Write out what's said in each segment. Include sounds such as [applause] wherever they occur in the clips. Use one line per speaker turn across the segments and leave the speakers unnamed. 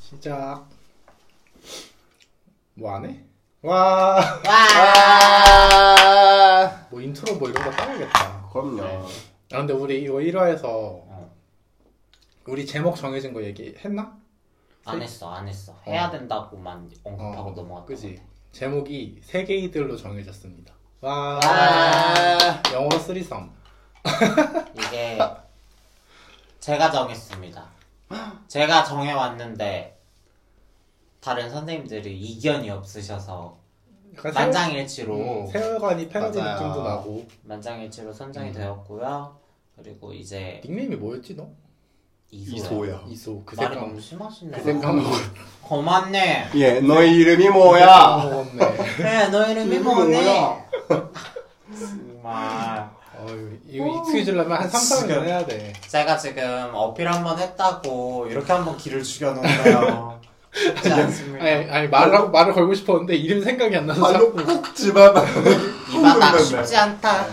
시작. 뭐 안 해? 와.
아~
뭐 인트로 뭐 이런 거 따야겠다.
그럼요.
아 근데 우리 이거 1화에서 우리 제목 정해진 거 얘기했나?
안 했어 안 했어 해야 된다고만 언급하고
어,
넘어갔다
그지. 제목이 세계이들로 정해졌습니다. 와.
아.
영어로 쓰리썸.
이게 제가 정했습니다 제가 정해왔는데 다른 선생님들이 이견이 없으셔서
약간 그러니까 세월-
만장일치로
음, 세월관이 패러디
맞아요.
느낌도 나고
만장일치로 선정이
음.
되었고요 그리고 이제
닉네임이 뭐였지 너?
이소야
이소야.
이소 그
말이
생각
너무 심하시네
그 생각
고맙네
예, 너의 이름이 뭐야?
먹었네.
그래 너 이름이 뭐니
뭐야?
정말
어유 이거 익숙해지려면 한 3, 4년 해야 돼.
제가 지금 어필 한 번 했다고 이렇게 한번 기를 죽여놓네요.
[laughs]
쉽지 않습니다.
아니, 아니 말하고 말을 걸고 싶었는데 이름 생각이 안 나서
발로
자꾸
콕 집어봐.
[laughs] 이 바닥 쉽지 않다.
네,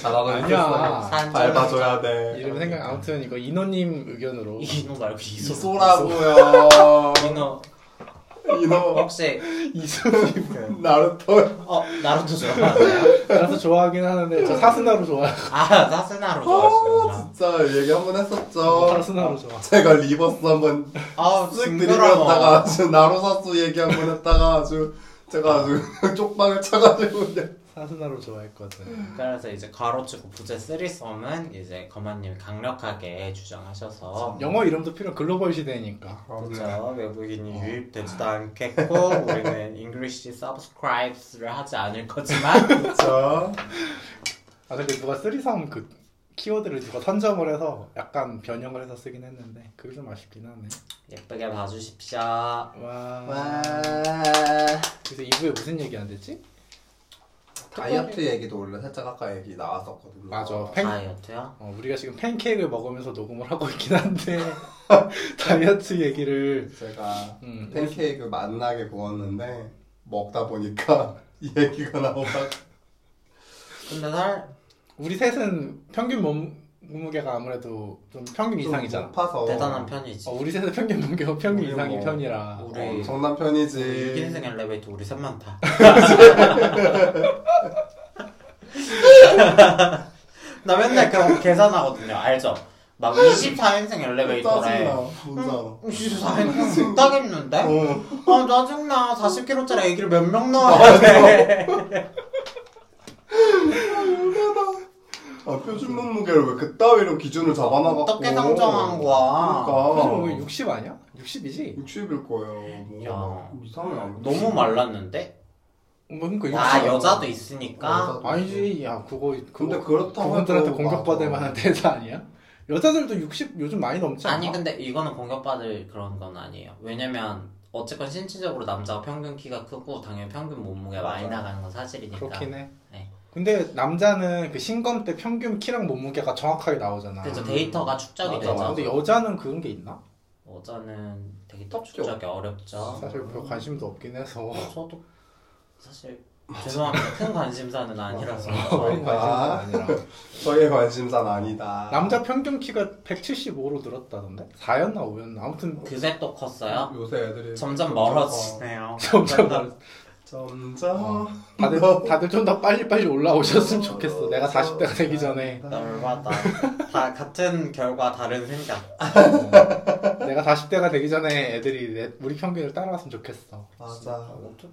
잘하고
아니야.
밟아줘야 돼.
이름 생각 아무튼 이거 인호님 의견으로
이노 말고 이소
이소라고요.
이노
이노.
혹시
이소님
나루토.
어 나루토 좋아하세요?
나도 좋아하긴 하는데 저 사스나로 좋아요.
아 사스나로
어,
좋아하시구나.
진짜 얘기 한 번
어.
했었죠.
사스나로 좋아.
제가 리버스 한번
아우
쓱 들이밀었다가
징그러워.
아주 나로사스 얘기 한 번 했다가 아주 제가 아주 [laughs] 쪽방을 쳐가지고 그냥
사스나로 좋아했거든.
그래서 이제 가로치고 부제 쓰리썸은 이제 거만님이 강력하게 주장하셔서
영어 이름도 필요 글로벌 시대니까.
음.
그렇죠. 외국인이
어.
유입되지도 않겠고 우리는 English subscribes를 하지 않을 거지만
[laughs] 그쵸?
아 근데 누가 쓰리섬 그 키워드를 누가 선점을 해서 약간 변형을 해서 쓰긴 했는데 그게 좀 아쉽긴 하네.
예쁘게 봐주십시오. 아
와.
와
그래서 2부에 무슨 얘기 안 됐지?
다이어트 얘기도 원래 살짝 아까 얘기 나왔었거든요
맞아. 팬,
다이어트요?
어, 우리가 지금 팬케이크를 먹으면서 녹음을 하고 있긴 [laughs] 한데 다이어트 얘기를
제가
음.
팬케이크 맛나게 구웠는데 먹다 보니까 [laughs] 이 얘기가 나오다가
근데 살
우리 셋은 평균 몸무게가 아무래도 좀 평균
좀
이상이잖아.
높아서
대단한 편이지.
어, 우리 셋은 평균 몸무게가 평균
우리
이상인
뭐-
편이라.
우리-
엄청난
우리
편이지
6인승 엘리베이터 우리 셋
[laughs]
많다. 나 맨날 그런 거 계산하거든요. 알죠? 막 24인승 엘리베이터래.
짜증나 진짜
24인승 딱 있는데?
어.
아 짜증나. 40kg짜리 애기를 몇 명 넣어야 돼.
아, 표준 몸무게를 왜 그따위로 기준을 잡아놔갖고
뭐 어떻게 상정한 거야.
그럼
그러니까
60 뭐 아니야? 60이지?
60일 거예요
야.
뭐 이상해
너무 말랐는데?
뭐 그러니까 60.
아 여자도 있으니까.
어, 여자도
아니지. 야 그거 그거
근데 그렇다고
그분들한테
해도 뭐
공격받을
맞아.
만한 대사 아니야? 여자들도 60 요즘 많이 넘지 않아?
아니 근데 이거는 공격받을 그런 건 아니에요. 왜냐면 어쨌건 신체적으로 남자가 평균 키가 크고 당연히 평균 몸무게 가 많이
맞아.
나가는 건 사실이니까.
그렇긴 해.
네.
근데 남자는 그 신검 때 평균 키랑 몸무게가 정확하게 나오잖아.
그래서 데이터가 축적이
맞아,
되죠.
맞아.
근데 여자는 그런 게 있나?
여자는 데이터
없죠.
축적이 어렵죠.
사실 별 관심도 없긴 해서.
저도 사실 죄송합니다. 큰 관심사는 아니라서.
그런 관심사가
아.
아니라.
저희의 관심사는 아니다
남자 평균 키가 175로 늘었다던데? 4였나 5였나? 아무튼
그새 또 컸어요.
요새 애들이
점점 멀어지네요.
점점 어.
점점
다들 다들 좀 더 빨리빨리 올라오셨으면 좋겠어. 내가 40대가 되기
[laughs]
전에
열받아. 다 같은 결과 다른 생각.
어, 내가 40대가 되기 전에 애들이 내, 우리 평균을 따라왔으면 좋겠어.
맞아
어쩌-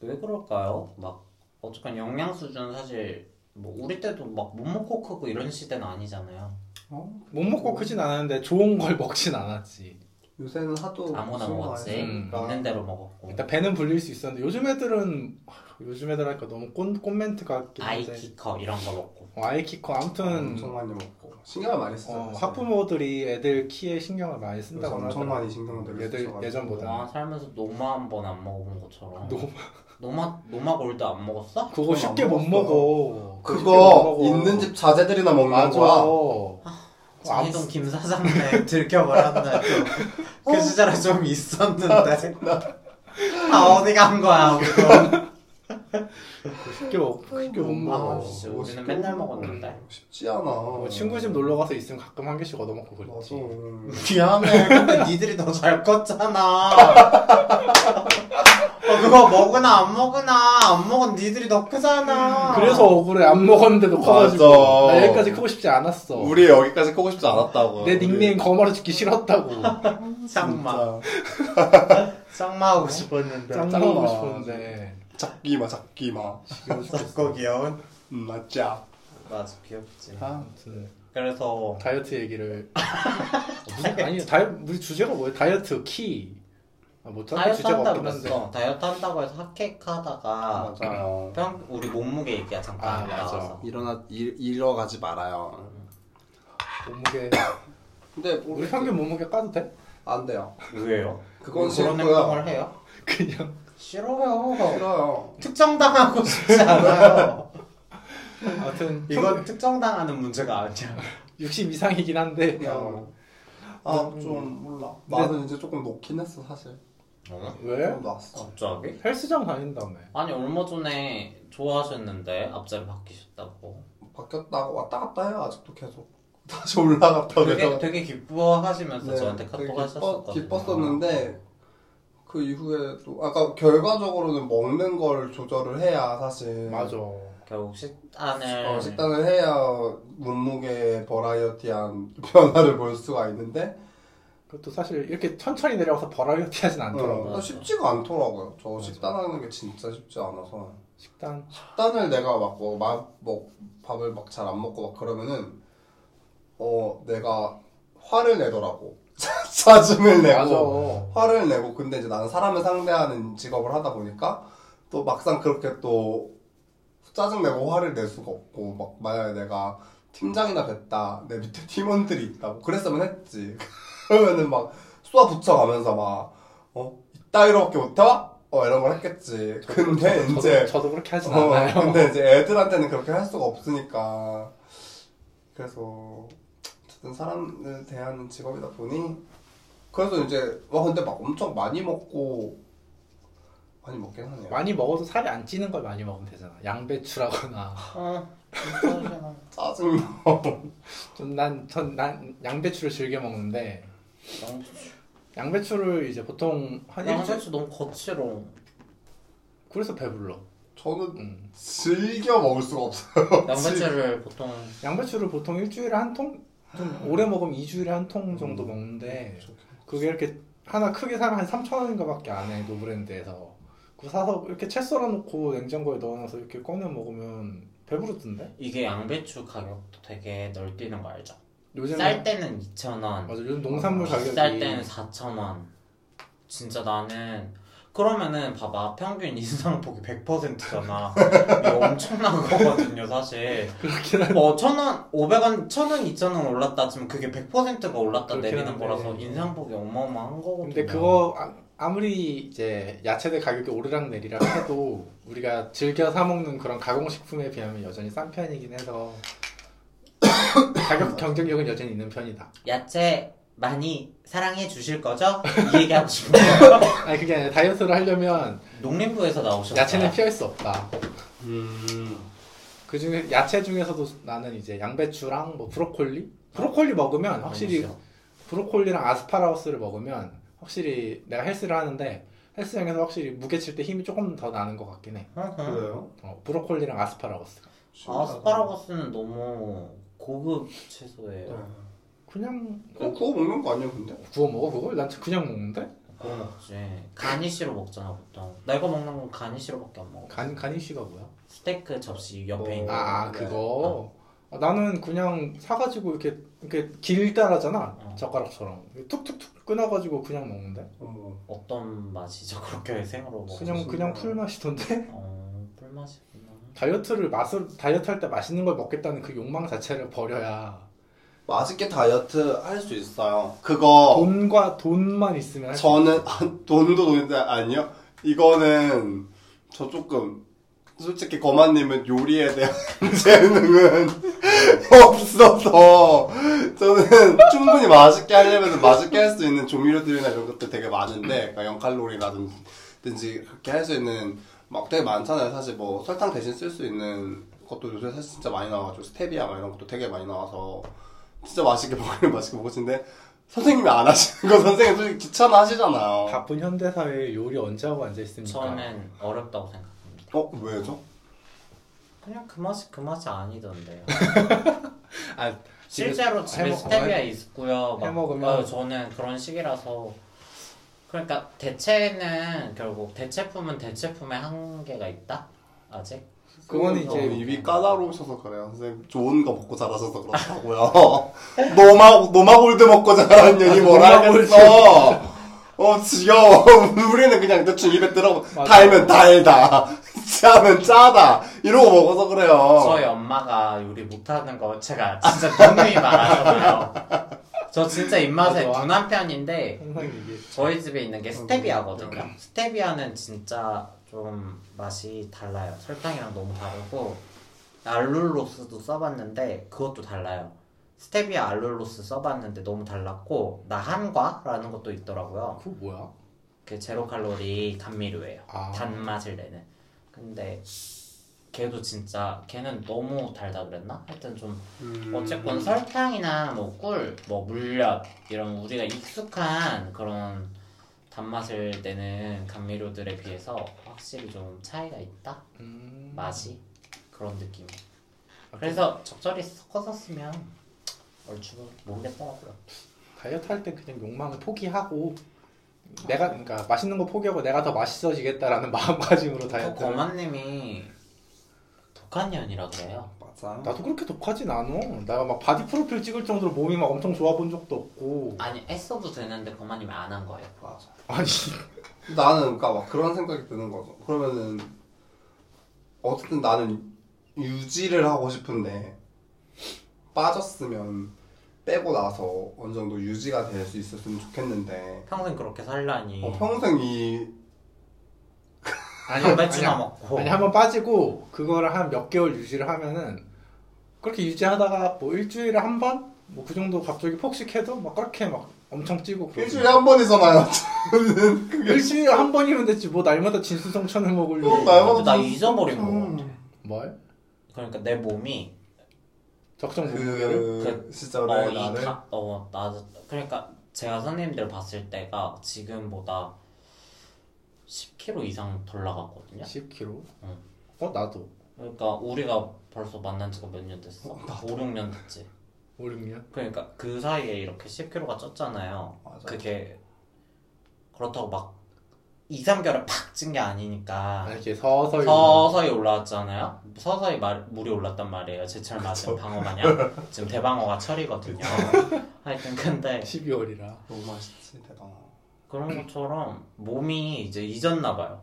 왜 그럴까요? 막 어쨌건 영양 수준은 사실 뭐 우리 때도 막 못 먹고 크고 이런 시대는 아니잖아요.
어?
못 먹고 크진 않았는데 좋은 걸 먹진 않았지.
요새는 하도
아무나
무슨 그러니까
먹었지.
말이야.
음.
있는 대로
어.
먹었고.
일단 배는 불릴 수 있었는데 요즘 애들은 하, 요즘 애들 하니까 너무 꼰 꼰멘트 같긴
아이
한데.
키커 이런 거 먹고.
어, 아이키커 아무튼
엄청 많이 먹고 신경을 많이 쓰죠
어,
요새.
학부모들이 애들 키에 신경을 많이
요새
쓴다고
엄청 많이 신경을
애들
쓰셔가지고.
와
예전보다
아, 살면서 노마 한 번 안 먹어본 것처럼.
너무
노마 노마 골드 안 먹었어?
그거
그건
쉽게
안
못
먹었어요.
먹어.
그거
쉽게 못 먹어.
있는 집 자제들이나 먹는
맞아.
거야
아,
장희동
그
김 사장네 [laughs] 들켜버렸네. 또. 그 시절에 좀 있었는데. 다 어디 간 거야? 그거.
쉽게 먹 쉽게 못
아,
먹어.
진짜
뭐
우리는
시끄러워.
맨날 먹었는데.
쉽지 않아.
뭐 친구 집 놀러 가서 있으면 가끔 한 개씩 얻어 먹고
맞아.
그랬지.
미안해. 근데 니들이 더 잘 컸잖아. 어, 그거 먹으나 안 먹으나 안 먹은 니들이 더 크잖아.
그래서 억울해 안 먹었는데도 커가지고
맞아.
나 여기까지 크고 싶지 않았어.
우리 여기까지 크고 싶지 않았다고.
내 닉네임 거마로 짓기 싫었다고. [laughs]
쌍마 쌍마하고 싶었는데
짱
짱
먹고
먹어.
싶었는데.
작기마 작기마.
썩고 귀여운
음, 맞자.
맞아 귀엽지
아,
아무튼
그래서
다이어트
[laughs]
얘기를 무슨 아니 다이 우리 주제가 뭐야? 다이어트 키. 아, 뭐 다른
다이어트
주제가
한다고
없긴 한데.
그랬어 다이어트 한다고 해서 핫케이크 하다가
맞아요.
평 우리 몸무게 얘기야 잠깐
아, 맞아.
나와서
일어나 일, 일어가지 말아요.
몸무게
근데
음.
뭐
우리 평균 몸무게 까도 돼? [laughs]
안 돼요.
왜요? 그런
그건 싫고요.
행동을 해요?
그냥
싫어요
싫어요.
특정당하고 싶지 않아요
아무튼 이건
이건 [laughs] 특정당하는 문제가 아니야
60 이상이긴 한데
그냥 아좀 몰라. 나는 이제 조금 놓긴 했어 사실.
어?
왜?
좀 놨어.
갑자기?
헬스장 다닌다며.
아니 얼마 전에 좋아하셨는데 앞자리 바뀌셨다고
바뀌었다고 왔다 갔다 해요 아직도 계속. [laughs] 다시 올라갔다
되게,
그래서.
되게 기뻐하시면서 저한테
네, 되게
카톡
기뻐-
하셨었거든요
기뻤었는데 그 이후에 또 아까 결과적으로는 먹는 걸 조절을 해야
네.
사실
맞아.
결국 식단을
어, 식단을 해야 몸무게 버라이어티한 [laughs] 변화를 볼 수가 있는데
그것도 사실 이렇게 천천히 내려가서 버라이어티 하진 않더라고.
어, 쉽지가 않더라고요. 저 식단하는 게 진짜 쉽지 않아서
식단.
식단을 내가 막 뭐, 막, 뭐 밥을 막 잘 안 먹고 막 그러면은 어 내가 화를 내더라고 [laughs] 짜증을 내고
맞아.
화를 내고 근데 이제 나는 사람을 상대하는 직업을 하다 보니까 또 막상 그렇게 또 짜증내고 화를 낼 수가 없고 막 만약에 내가 팀장이나 됐다 내 밑에 [laughs] 팀원들이 있다고 그랬으면 했지 [laughs] 그러면은 막 쏘아붙여가면서 막어 이따위로밖에 못해와? 어 이런 걸 했겠지 근데
저도,
이제
저도 그렇게 하진
어,
않아요.
[laughs] 근데 이제 애들한테는 그렇게 할 수가 없으니까 그래서 어쨌든 사람을 대하는 직업이다 보니 그래서 이제 와 근데 막 엄청 많이 먹고 많이 먹긴 하네요.
많이 먹어도 살이 안 찌는 걸 많이 먹으면 되잖아. 양배추라거나. [laughs]
어, 진짜
짜증.
좀난전난 양배추를 즐겨 먹는데
너무
양배추를 이제 보통 한 일주일
양배추 너무 거칠어.
그래서 배불러.
저는
음.
즐겨 먹을 수가 없어요.
양배추를 보통
양배추를 보통 일주일에 한 통, 좀 오래 먹으면 2주일에 한 통 정도 먹는데 그게 이렇게 하나 크게 사면 한 3천 원인가밖에 안 해 노브랜드에서. 그거 사서 이렇게 채 썰어놓고 냉장고에 넣어놔서 이렇게 꺼내 먹으면 배부르던데?
이게 양배추 가격도 되게 널뛰는 거 알죠?
요즘
쌀 때는 2,000원,
맞아 요즘 농산물 가격이
비쌀 때는 4,000원. 진짜 나는 그러면은 봐봐 평균 인상폭이 100%잖아. 이거 엄청난 거거든요, 사실.
그렇긴 한
뭐 1,000원, 500원, 1,000원, 2,000원 올랐다 지금 그게 100%가 올랐다
그렇긴
내리는
한데.
거라서 인상폭이 어마어마한 거거든요.
근데 그거 아, 무리 이제 야채들 가격이 오르락 내리락 해도 우리가 즐겨 사 먹는 그런 가공식품에 비하면 여전히 싼 편이긴 해서 [coughs] 가격 경쟁력은 여전히 있는 편이다.
야채 많이 사랑해 주실 거죠? 이 얘기하고 싶어요. [laughs]
아니 그게 아니라 다이어트를 하려면
농림부에서 나오셨어요.
야채는 피할 수 없다.
음.
그 중에 야채 중에서도 나는 이제 양배추랑 뭐 브로콜리, 브로콜리 먹으면 확실히 브로콜리랑 아스파라거스를 먹으면 확실히 내가 헬스를 하는데 헬스장에서 확실히 무게 칠 때 힘이 조금 더 나는 것 같긴 해.
그래요?
어, 브로콜리랑 아스파라거스.
아, 아스파라거스는 너무 고급
네.
네.
채소예요.
그냥
어, 그거 구워 먹는 거 아니야 근데?
구워 먹어 그걸? 난 그냥 먹는데?
그거
네.
먹지. 가니쉬로 먹잖아 보통. 내가 먹는 건 가니쉬로밖에 안 먹어.
간 가니쉬가 뭐야?
스테이크 접시
어.
옆에 있는. 거.
아, 아, 그거 아, 나는 그냥 사가지고 이렇게 이렇게 길다라잖아
어.
젓가락처럼 툭툭툭 끊어가지고 그냥 먹는데
어머.
어떤 맛이죠? [laughs] 그렇게 생으로 먹어.
그냥 그냥 풀 맛이던데
어, 꿀맛이구나.
[laughs] 다이어트를 맛을 다이어트 할 때 맛있는 걸 먹겠다는 그 욕망 자체를 버려야
맛있게 다이어트 할 수 있어요. 그거
돈과 돈만 있으면 할수
저는
있어.
아, 돈도 돈인데 아니요. 이거는 저 조금 솔직히 거만님은 요리에 대한 [laughs] 재능은 없어서 저는 충분히 맛있게 하려면 맛있게 할 수 있는 조미료들이나 이런 것들 되게 많은데 그러니까 0칼로리라든지 그렇게 할 수 있는 막 되게 많잖아요. 사실 뭐 설탕 대신 쓸 수 있는 것도 요새 사실 진짜 많이 나와가지고 스테비아 막 이런 것도 되게 많이 나와서 진짜 맛있게 먹으면 맛있게 먹을 수 있는데 선생님이 안 하시는 거 선생님 솔직히 귀찮아 하시잖아요.
바쁜 현대 사회에 요리 언제 하고 앉아 있습니까?
저는 어렵다고 생각합니다.
어 왜죠?
그냥 그 맛이 그 맛이 아니던데요.
[laughs] 아,
실제로 집에
해먹-
스테비아 있고요. 막,
해먹으면-
어, 저는 그런 식이라서 그러니까 대체는 결국 대체품은 대체품의 한계가 있다. 아직
그거는 이제
선생님 입이 까다로우셔서 그래요. 선생님 좋은 거 먹고 자라셔서 그렇다고요. [laughs] 노마 노마골드 먹고 자란 년이
아,
뭐라
노마골드.
그랬어. 어 지겨워. [laughs] 우리는 그냥 대충 입에 들어가고
맞아.
달면 달다, [laughs] 짜면 짜다 이러고 먹어서 그래요.
저희 엄마가 요리 못하는 거 제가 진짜
[laughs]
누누이 말하잖아요. 저 진짜 입맛에
맞아.
둔한 편인데
항상 이게
저희 집에 있는 게
음,
스테비아거든요. 스테비아는 진짜 좀 맛이 달라요. 설탕이랑 너무 다르고 알룰로스도 써봤는데 그것도 달라요. 스테비아 알룰로스 써봤는데 너무 달랐고 나한과라는 것도 있더라고요.
아, 그거 뭐야?
그 제로 칼로리 감미료예요.
아.
단맛을 내는. 근데 걔도 진짜 걔는 너무 달다 그랬나? 하여튼 좀
음.
어쨌건 설탕이나 뭐 꿀, 뭐 물엿 이런 우리가 익숙한 그런 단맛을 내는 감미료들에 비해서 확실히 좀 차이가 있다.
음. 아,
맛이 그런 느낌. 그래서 적절히 섞어서 쓰면 얼추 모르겠더라고요.
아, 다이어트 할 때 그냥 욕망을 포기하고 내가 그러니까 맛있는 거 포기하고 내가 더 맛있어지겠다라는 [laughs] 마음가짐으로
그
다이어트. 를
거만님이 독한년이라 그래요.
맞아.
나도 그렇게 독하진 않아. 내가 막 바디 프로필 찍을 정도로 몸이 막 엄청 좋아 본 적도 없고.
아니 애써도 되는데 거만님이 안 한그 거예요.
맞아.
아니
나는 그러니까 막 그런 생각이 드는 거죠. 그러면은 어쨌든 나는 유지를 하고 싶은데 빠졌으면 빼고 나서 어느 정도 유지가 될 수 있었으면 좋겠는데
평생 그렇게 살라니.
어, 평생 이
단백질
아니,
어.
먹고.
아니 한번 빠지고 그거를 한 몇 개월 유지를 하면은 그렇게 유지하다가 뭐 일주일에 한 번 뭐 그 정도 갑자기 폭식해도 막 그렇게 막 엄청 찌고 그러지.
일주일에 한
음.
번이잖아요.
일주일에 한 번이면 됐지 뭐 날마다 진수성찬을 먹으려고
날- 날마다
나
아, 좀-
잊어버린 거 같아.
음.
뭘
그러니까 내 몸이
적정 몸무게를
그
그-
시절에
이
나를
가- 어, 나 그러니까 제가 선생님들 봤을 때가 지금보다 10kg 이상 덜 나갔거든요.
10kg.
응.
어 나도
그러니까 우리가 벌써 만난 지가 몇 년 됐어?
어,
5, 6년 됐지.
5, 6년.
그러니까 그 사이에 이렇게 10kg가 쪘잖아요.
맞아.
그게 그렇다고 막 2, 3개월에 팍 찐 게 아니니까
네.
이렇게 서서히
서서히 올라왔잖아요. 서서히 말, 물이 올랐단 말이에요. 제철 맞은 방어
[laughs]
마냥 지금 대방어가 철이거든요. [laughs] 하여튼 근데
12월이라.
너무 맛있지 대단.
그런 것처럼 몸이 이제 잊었나 봐요.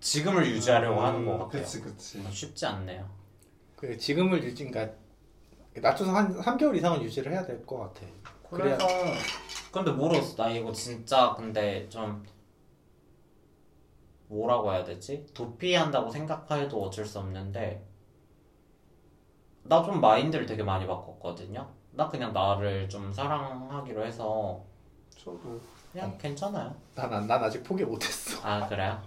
지금을 유지하려고 하는 것 같아요.
음,
뭐
그치 그치.
쉽지 않네요.
그 지금을 유지 그러니까 낮춰서 한 3개월 이상은 유지를 해야 될 것 같아. 그래야-
그래서 근데 모르겠어. 나 이거 진짜 근데 좀 뭐라고 해야 되지? 도피한다고 생각해도 어쩔 수 없는데 나 좀 마인드를 되게 많이 바꿨거든요. 나 그냥 나를 좀 사랑하기로 해서
저도
그냥
어.
괜찮아요.
난, 안- 난 아직 포기 못했어.
아 그래요?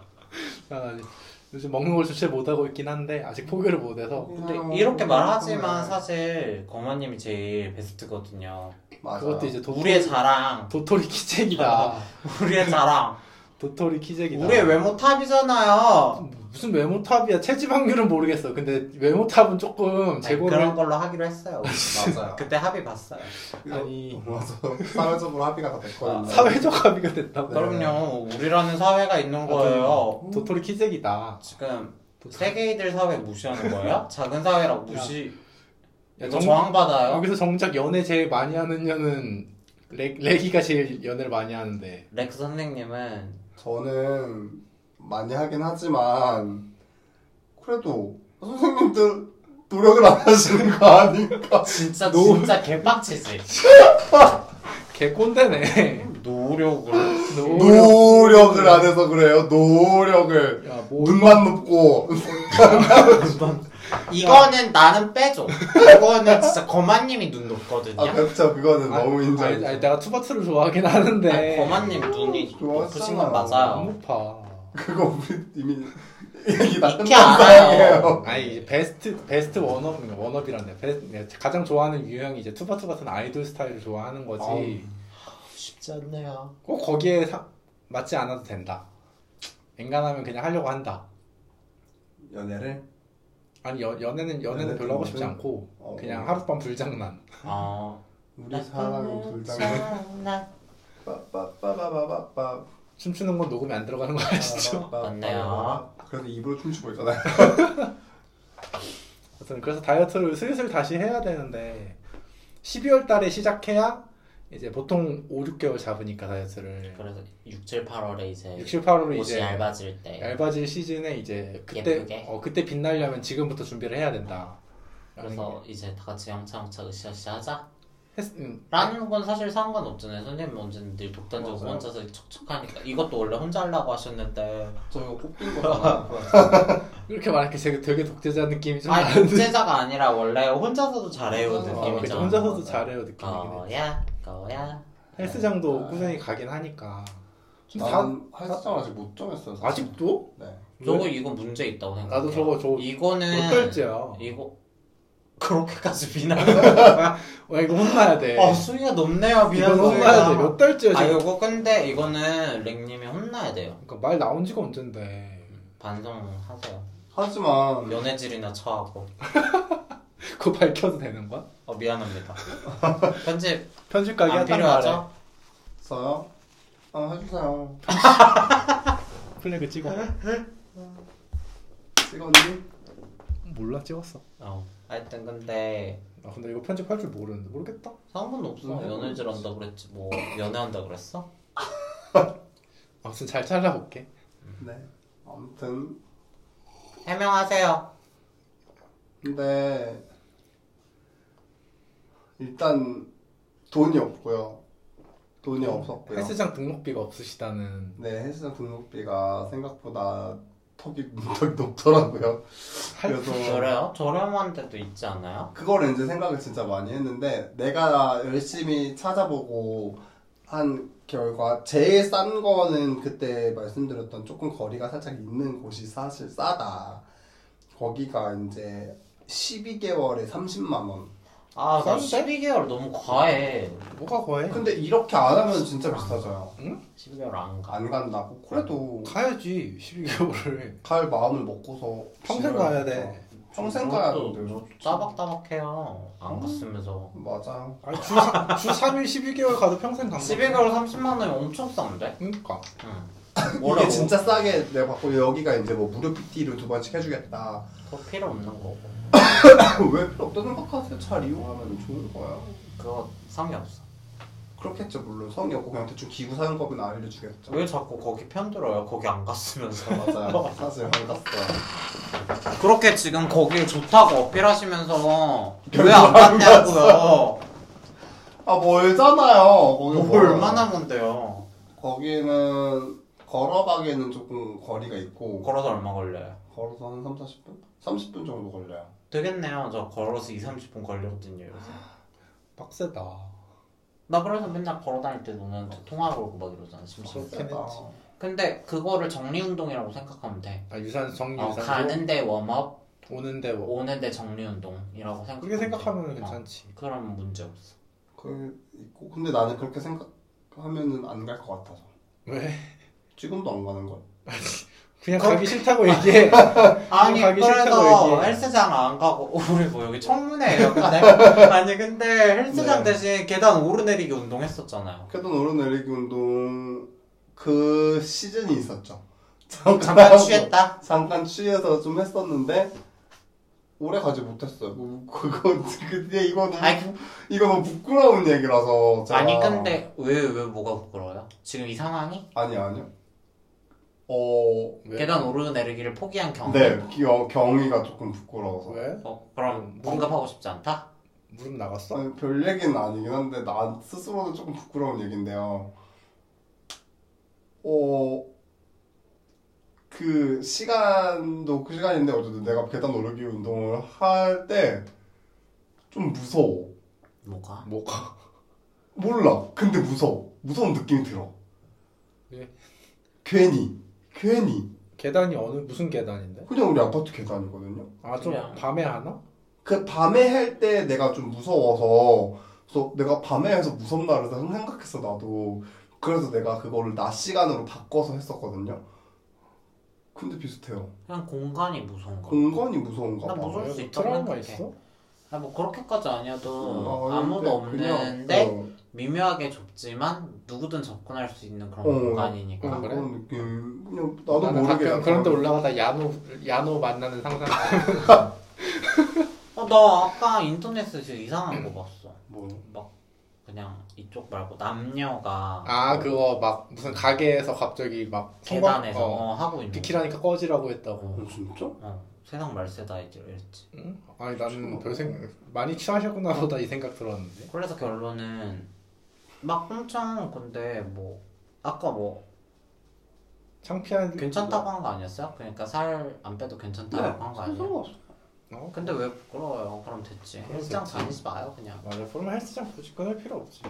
난 아직 요즘 먹는 걸 주체 못하고 있긴 한데 아직 포기를 못해서
어, 근데 이렇게 말하지만 사실 거마님이 제일 베스트거든요.
맞아.
그것도 이제 도토리,
우리의 자랑,
도토리 키재기다. [laughs]
우리의 자랑,
도토리 키재기다.
우리의 외모 탑이잖아요.
무슨 외모 탑이야? 체지방률은 모르겠어. 근데 외모 탑은 조금
아니,
재고를
네, 그런 걸로
[laughs]
하기로 했어요. [laughs]
맞아요.
그때 합의 봤어요.
아니
맞아. 사회적으로 합의가 다
아,
됐거든요.
사회적 합의가 됐다고.
네.
그럼요. 우리라는 사회가 있는 거예요.
도토리 키재기다.
지금 세계이들 사회 무시하는 거예요? 작은 사회라고 무시.
야,
이거
정-
저항 받아요.
여기서 정작 연애 제일 많이 하는 년은 레, 레기가 제일 연애를 많이 하는데
렉스 선생님은
저는 많이 하긴 하지만 그래도 선생님들 노력을 안 하시는 거 아닌가?
진짜
노-
진짜 개빡치지.
개
[laughs]
꼰대네.
노력을.
노력.
노력을 안 해서 그래요. 노력을
야, 뭐
눈만 높고
이거는 나는 빼줘. 이거는 진짜 거만님이 눈 높거든요.
아 그쵸 그거는
아니,
너무 인정.
아니, 아니, 내가 투바투를 네. 좋아하긴 하는데
아니, 거만님 눈이
좋았잖아.
높으신 건
안
맞아요.
높아.
그거 우리 이미 얘기 다
익히
끝난
알아요.
사이에요.
아니 이제 베스트 베스트 원업 원업이란데 베스- 네, 가장 좋아하는 유형이 이제 투바투 같은 아이돌 스타일을 좋아하는 거지
쉽지 않네요.
꼭 거기에 사- 맞지 않아도 된다. 엔간하면 그냥 하려고 한다.
연애를
아니 연- 연애는
연애
연애는 별로 하고 싶지
그거는-
않고
어.
그냥 하룻밤 불장난.
아
우리 사랑은 그렇죠. 불장난. 빠빠빠빠빠빠.
춤추는 건 녹음이 안 들어가는 거 아시죠?
맞네요.
그래도 입으로 춤추고 있잖아요.
하여튼 그래서 다이어트를 슬슬 다시 해야 되는데 12월 달에 시작해야 이제 보통 5, 6개월 잡으니까 다이어트를
그래서 6, 7, 8월에 이제
6, 7, 8월로
네. 옷이
이제
얇아질 때
얇아질 시즌에 이제 그때
네. 예쁘게.
어, 그때 빛나려면 지금부터 준비를 해야 된다. 라는
그래서 이제 다 같이 영차영차 으쌰으쌰 하자
게 했, 음,
라는 건 사실 상관없잖아요 선생님 언제는 늘 독단적으로
맞아요.
혼자서 척척하니까 이것도 원래 혼자 하려고 하셨는데
저 이거 꼽힌 거잖아요.
이렇게 말하니까 제가 되게 독재자 느낌이 좀
아니
나는데
독재자가 아니라 원래 혼자서도 잘해요
어,
어, 그치,
[laughs] 느낌이죠 아,
혼자서도 잘해요 느낌이긴 해.
거야 거야 아.
헬스장도 꾸준히 가긴 하니까. 근데 다,
난 헬스장 아직 못 정했어요. 사실.
아직도?
네.
음. 저거 이건 문제 있다고 생각해
나도 저거 저거
이거는
몇 달째야. 아. 네.
이거 그렇게까지 비난
와 이거 혼나야 돼.
아 수위가 높네요 비난
이건 혼나야 돼. 몇 달째야
아
지금.
이거 근데 이거는 랭님이 혼나야 돼요
그러니까 말 나온 지가 언젠데.
반성하세요
하지만
연애질이나 처하고
그거 밝혀도 되는 거야?
어
[laughs]
미안합니다 편집
편집
그러니까
가게 하단
안
말에
아, 필요하죠?
써요. 아 해주세요.
플래그 찍어.
찍었니?
몰라 찍었어.
어 하여튼 근데
아 근데 이거 편집할 줄 모르는데 모르겠다.
상관없어
음,
연애질 한다 그랬지 뭐 연애한다 그랬어?
아무튼 잘 잘라볼게.
네. 아무튼
해명하세요
근데 일단 돈이 없고요. 돈이
어, 음.
없었고요.
헬스장 등록비가 없으시다는
네 헬스장 등록비가 생각보다 턱이 [laughs] 무턱이 높더라고요. 그래서
저래요? 저렴한 데도 있지 않아요?
그걸 이제 생각을 진짜 많이 했는데 내가 열심히 찾아보고 한 결과 제일 싼 거는 그때 말씀드렸던 조금 거리가 살짝 있는 곳이 사실 싸다. 거기가 이제 12개월에 30만 원.
아나
그런데?
12개월 너무 과해
뭐가 거해?
근데 이렇게 안 하면 진짜 비싸져요.
12개월 안가
안 간다고. 그래도
가야지 12개월을
갈 마음을 먹고서
평생
지내야
가야
되니까.
돼.
평생 가야 뭐 돼.
또 짜박짜박해요 안 갔으면서
맞아.
어. 아니 주, 사- 주 3일 12개월 가도 평생
음.
간 거지.
12개월 30만 원이 엄청 싼데?
그러니까
응
[laughs] 이게 진짜 싸게 내가 받고 여기가 이제 뭐 무료 PT를 두 번씩 해주겠다.
그거 필요 없는 거고
왜 필요 없다 생각하세요? 잘 이용하면 좋은 거야.
그거 상이 없어
그렇겠죠, 물론. 성의 없고 그냥 대충 기구 사용법은 아래를 주겠죠.
왜 자꾸 거기 편들어요 거기 안 갔으면서
맞아요. 사실 반갑다.
[laughs] 그렇게 지금 거길 좋다고 어필하시면서 왜 안 갔냐고요
아, 멀잖아요. 거기
뭐
멀어요.
얼마나 먼데요
거기는 걸어가기에는 조금 거리가 있고
걸어서 얼마 걸려요?
걸어서 한 3, 40분? 30분 정도 걸려요.
되겠네요 저 걸어서 2, 30분 걸렸거든요 요새
빡세다.
나 그래서 맨날 걸어다닐 때 너는 통화하고 오고 막 이러잖아 심심
그렇긴
아,
했지.
근데 그거를 정리운동이라고 생각하면 돼
아, 유산소 정리
어,
유산소
가는데 웜업
오는데 뭐
오는데 정리운동이라고 생각
그렇게 생각하면 괜찮지.
그럼 문제 없어
그 있고 근데 나는 그렇게 생각하면은 안 갈 것 같아서.
왜?
지금도 안 가는 걸.
그냥
그럼-
가기 싫다고 얘기해.
아니
가기 싫다고
그래서
얘기해.
헬스장 안 가고 [laughs] 우리 뭐 여기 청문회예요 근데 아니 근데 헬스장
네.
대신 계단 오르내리기 운동했었잖아요
캐던 오르내리기 운동 그 시즌이 있었죠. 어,
잠깐
하고.
취했다
잠깐 취해서 좀 했었는데 오래 가지 못했어요. 뭐, 그거 [laughs] 근데 이거 너무
아니,
부- 이거 너무 부끄러운 얘기라서 제가
아니 근데 왜 왜 뭐가 부끄러워요? 지금 이 상황이
아니 아니요. 어,
왜?
계단 오르내리기를 포기한 경험
네, 기- 어, 경위가 조금 부끄러워서.
왜?
어, 그럼
무릎-
언급하고 싶지 않다?
무릎 나갔어?
아니, 별 얘기는 아니긴 한데 나 스스로도 조금 부끄러운 얘긴데요. 어, 그 시간도 그 시간인데 어쨌든 내가 계단 오르기 운동을 할 때 좀 무서워.
뭐가?
뭐가?
몰라. 근데 무서워. 무서운 느낌이 들어.
왜?
괜히. 괜히
계단이 어느 무슨 계단인데?
그냥 우리 아파트 계단이거든요.
아 좀
그냥.
밤에 하나?
그 밤에 할 때 내가 좀 무서워서 그래서 내가 밤에 해서 무섭나 그래서 생각했어 나도 그래서 내가 그거를 낮 시간으로 바꿔서 했었거든요. 근데 비슷해요.
그냥 공간이 무서운 거.
공간이 무서운가 봐.
나 무서울 수
그래서
있다고
트라우마
생각해.
있어?
아 뭐 그렇게까지 아니어도
아,
아무도
근데 그냥,
없는데
어,
미묘하게 좁지만 누구든 접근할 수 있는 그런
어,
공간이니까.
아,
어,
그래?
그런 느낌. 그냥 나도
나는
모르게
가끔 그런데 올라가다 야노 야노 만나는 상상.
어, 나 아까 인터넷에서 이상한 거 봤어.
뭐
막 그냥 이쪽 말고 남녀가
아 그거 막 무슨 가게에서 갑자기 막 성광-
계단에서
어,
어, 하고 있는
비키라니까 꺼지라고 했다고.
어, 진짜?
거. 어, 세상 말세다 이제 이랬지.
응? 아니 나는 별 생각 많이 취하셨구나 보다 이 생각 들었는데.
그래서 결론은 막 엄청 근데 뭐 아까 뭐
창피한.
괜찮다고 한 거 아니었어요? 그러니까 살 안 빼도
네.
네,
괜찮다고 한 거 아니에요?
상관없어.
어?
근데 왜 부끄러워요? 그럼 됐지.
그럼
헬스장
됐지.
다니지 마요 그냥.
맞아. 그럼 헬스장 굳이 끊을 필요 없지.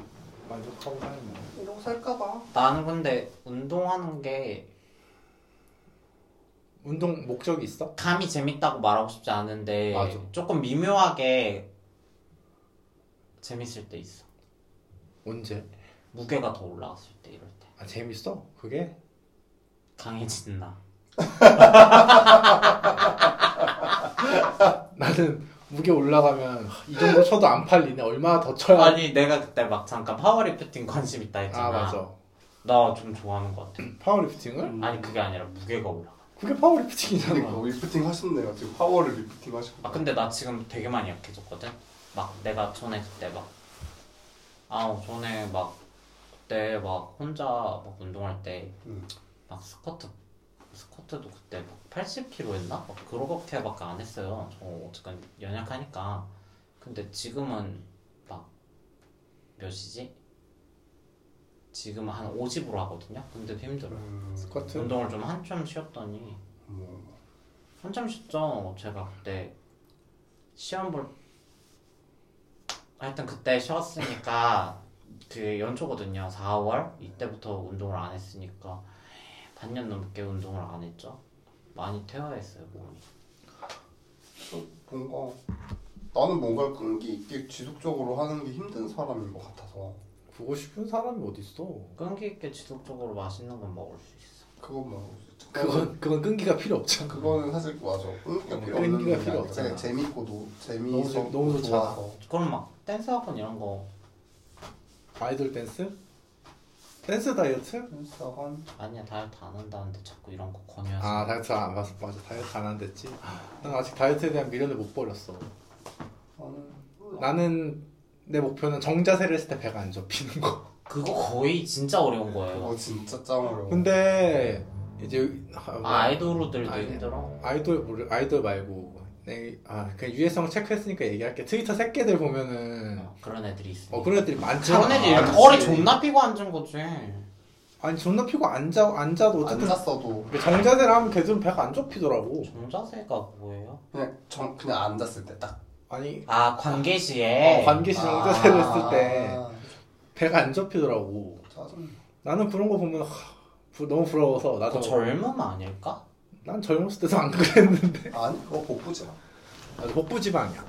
만족하고 사는 거.
이러고 살까봐.
나는 근데 운동하는 게
운동 목적이 있어?
감이 재밌다고 말하고 싶지 않은데
맞아.
조금 미묘하게 재밌을 때 있어.
언제?
무게가 더 올라갔을 때 이럴 때
아 재밌어? 그게?
강해진 나.
나는 무게 올라가면 이 정도 쳐도 안 팔리네. 얼마나 더 쳐야?
아니 내가 그때 막 잠깐 파워리프팅 관심 있다 했잖아.
아 맞아.
나 좀 좋아하는 것 같아.
파워리프팅을?
음.
아니 그게 아니라 무게가 올라.
그게
근데
파워리프팅이잖아.
그 리프팅 하셨네요. 지금 파워를 리프팅 하셨고.
아 근데 나 지금 되게 많이 약해졌거든. 막 내가 전에 그때 막 아우 전에 막 그때 막 혼자 막 운동할 때 막
음.
스쿼트 스쿼트도 그때 막 80kg 했나? 막 그렇게밖에 안 했어요. 저 어쨌건 연약하니까. 근데 지금은 막 몇이지? 지금은 한 50으로 하거든요. 근데 힘들어.
음.
스쿼트?
운동을 좀 한참 쉬었더니
뭐.
한참 쉬었죠. 제가 그때 시험 볼 하여튼 그때 쉬었으니까 [laughs] 그 연초거든요. 4월 이때부터 운동을 안 했으니까 반년 넘게 운동을 안 했죠. 많이 퇴화했어요 몸이.
저 뭔가 나는 뭔가 끈기 있게 지속적으로 하는 게 힘든 사람인 것 같아서
보고 싶은 사람이 어디 있어?
끈기 있게 지속적으로 맛있는 건 먹을 수 있어.
그것만
그건 그건 끈기가 필요 없잖아.
뭐 그거는 사실 맞아 끈기가
어,
필요 없는
끈기가
게
필요
아니라
없잖아.
그냥 재밌고도
너무
재미있어
좋- 너무 좋잖아.
좋아서
그럼 막 댄스 학원 이런 거
아이돌 댄스? 댄스 다이어트?
인스타건
아니야 다이어트 안 한다는데 자꾸 이런 거 권유해서
아 다이어트 안 봤어 맞아 다이어트 안 한댔지 난 아직 다이어트에 대한 미련을 못 버렸어
나는 몰라.
나는 내 목표는 정자세를 했을 때 배가 안 접히는 거
그거 거의 진짜 어려운 거예요.
그거 진짜 짱 어려워
근데 이제 아, 뭐,
아, 아이돌들도
아니.
힘들어.
아이돌 모르- 아이돌 말고 내, 아 그냥 유해성 체크했으니까 얘기할게 트위터 새끼들 보면은
그런 애들이 있어.
어 그런 애들이 많잖아
그런 애들이
알지.
털이 존나 피고 앉은 거지.
아니 존나 피고 앉아 앉아도 어쨌든
앉았어도
정자세를 하면 걔들은 배가 안 접히더라고
정자세가 뭐예요?
그냥 정 그냥 앉았을 때딱
아니
아 관계시에.
어, 관계시 [laughs] 정자세를 했을 때 배가 안 접히더라고
아, 짜증
나는 그런 거 보면 하, 부- 너무 부러워서 나도
그 젊음 아닐까?
난 젊었을 때도 안 그랬는데
아니 그거 복부지
[laughs] 나도 복부 지방이야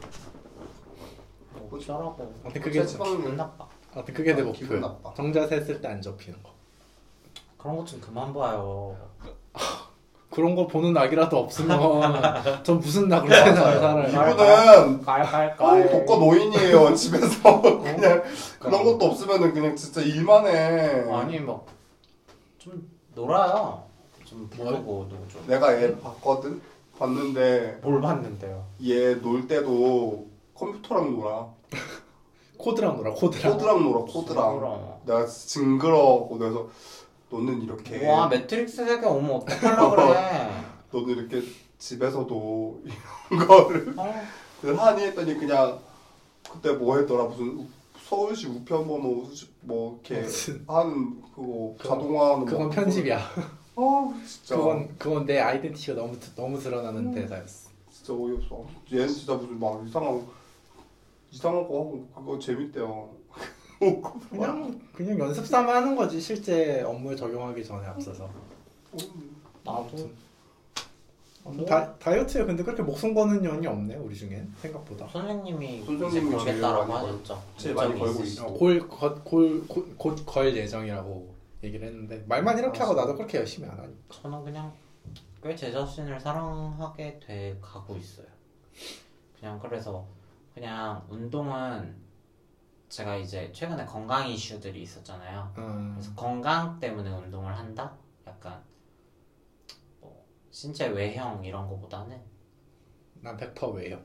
뭐 어쩌라고.
아무튼 그게
복부 지방은
기분 나빠.
아무튼 그게 내
아,
목표야
기분 나빠.
정자세 했을 때 안 접히는 거
그런 것 좀 그만 봐요.
그런 거 보는 낙이라도 [laughs] 없으면 전 무슨 낙으로 사는 살아요
이분은
깔깔깔.
어, 독거 [laughs] 노인이에요 집에서 어? 그냥 그런 것도 없으면은 그냥 진짜 일만 해
아니 막 좀 놀아요. 좀
뭐
뭘?
부르고 누구 좀.
내가 얘 봤거든 봤는데
뭘 네. 봤는데요?
얘 놀 때도 컴퓨터랑 놀아
코드랑 놀아 코드랑
코드랑 놀아 코드랑
부러워.
내가 징그러워갖고 그래서 너는 이렇게
와 매트릭스 세계 오면 어떡하려고 그래.
[laughs] 너는 이렇게 집에서도 이런 거를
어.
하니 했더니 그냥 그때 뭐 했더라 무슨 우- 서울시 우편번호 수집 뭐 이렇게
무슨-
하는 그거
그건-
자동화하는
그건
막
편집이야
어 진짜 음.
그건 그건 내 아이덴티티가 너무 너무 드러나는 대사였어
진짜 어이없어. 얘는 진짜 무슨 막 이상한 이상한 거 하고 그거 재밌대요. [laughs] 웃고
그냥 그냥 연습 삼아 하는 거지 실제 업무에 적용하기 전에 앞서서
나도
음.
아무튼. 다, 다이어트에 근데 그렇게 목숨 거는 년이 없네 우리 중엔 생각보다
선생님이 이제
선생님이 제일
걸겠다라고
많이
하셨죠.
제일 많이
일정이
걸고
있으시죠.
있어.
골곧골곧걸 예정이라고 얘기를 했는데 말만 이렇게 하고 나도 그렇게 열심히 안 하니
저는 그냥 꽤 제 자신을 사랑하게 돼 가고 있어요. 그냥 그래서 그냥 운동은 제가 이제 최근에 건강 이슈들이 있었잖아요.
음,
그래서 건강 때문에 운동을 한다? 약간 뭐 신체 외형 이런 거보다는
난100% 왜요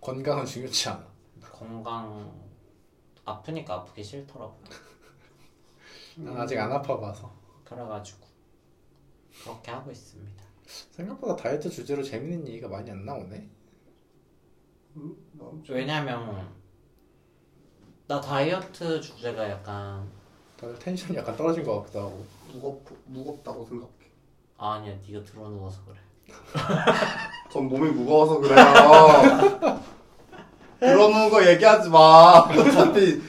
건강은 중요치 않아
건강 아프니까 아프기 싫더라고요.
난 아직 안 아파봐서
그래가지고 그렇게 하고 있습니다.
생각보다 다이어트 주제로 재밌는 얘기가 많이 안 나오네
음, 뭐,
왜냐면 나 다이어트 주제가 약간
다들 텐션이 약간 떨어진 것 같기도 하고
무겁 무겁다고 생각해.
아, 아니야 네가 들어 누워서 그래.
전 몸이 무거워서 그래요. [laughs] 그런 거 얘기하지 마. 어차피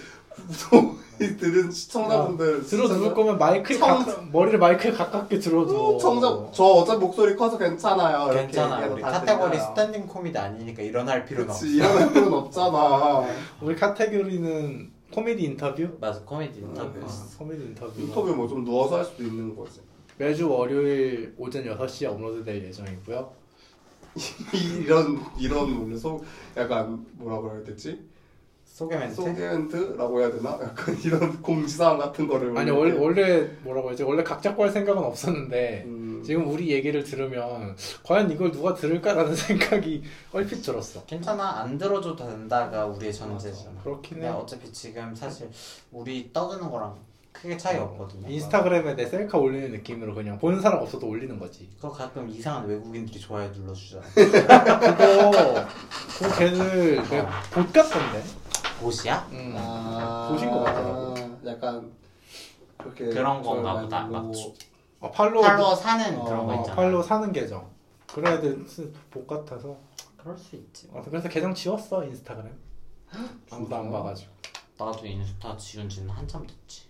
소리 들은 시청자분들
들어 누울 거면 마이크에
청- 음,
가- 머리를 마이크에 가깝게 들어줘
청자 저 어차피 목소리 커서 괜찮아요. 이렇게
괜찮아
얘기해서
우리
다
카테고리
들려요.
스탠딩 코미디 아니니까 일어날 필요는 없어.
그치 이런 필요는 없잖아.
우리 카테고리는 코미디 인터뷰?
맞아 코미디
아,
네. 인터뷰.
코미디 인터뷰
인터뷰 뭐 좀 누워서 할 수도 있는 거지. [laughs]
매주 월요일 오전 6시에 업로드될 예정이고요
이런 이런 오늘 소 약간 뭐라 그래야 되지?
소개 멘트.
소개엔드라고 해야 되나? 약간 이런 [laughs] 공지사항 같은 거를
아니 원- 원래 뭐라고 했지 원래 각자 할 생각은 없었는데
음,
지금 우리 얘기를 들으면 과연 이걸 누가 들을까라는 [laughs] 생각이 얼핏 들었어
괜찮아 안 들어줘도 된다가 우리의 전제잖아.
그렇긴
근데
해요
어차피 지금 사실 우리 떠드는 거랑 크게 차이 없거든요.
네. 인스타그램에 내 셀카 올리는 느낌으로 그냥 보는 사람 없어도 올리는 거지
그거 가끔 이상한 외국인들이 좋아요 눌러주잖아. 아.
그거 그 걔들 내가 못 갔던데
보시야?
음.
아,
보신 것 같더라고.
약간 그렇게
그런 건가
저희가 뭐
보다.
있는
막
거.
주-
아, 팔로
팔로 사는
어,
그런 거 있잖아.
팔로 사는 계정 그래야 될복 같아서
그럴 수 있지.
아, 그래서 계정 지웠어 인스타그램 아무도 안
진짜?
봐가지고
나도 인스타 지운 지는 한참 됐지.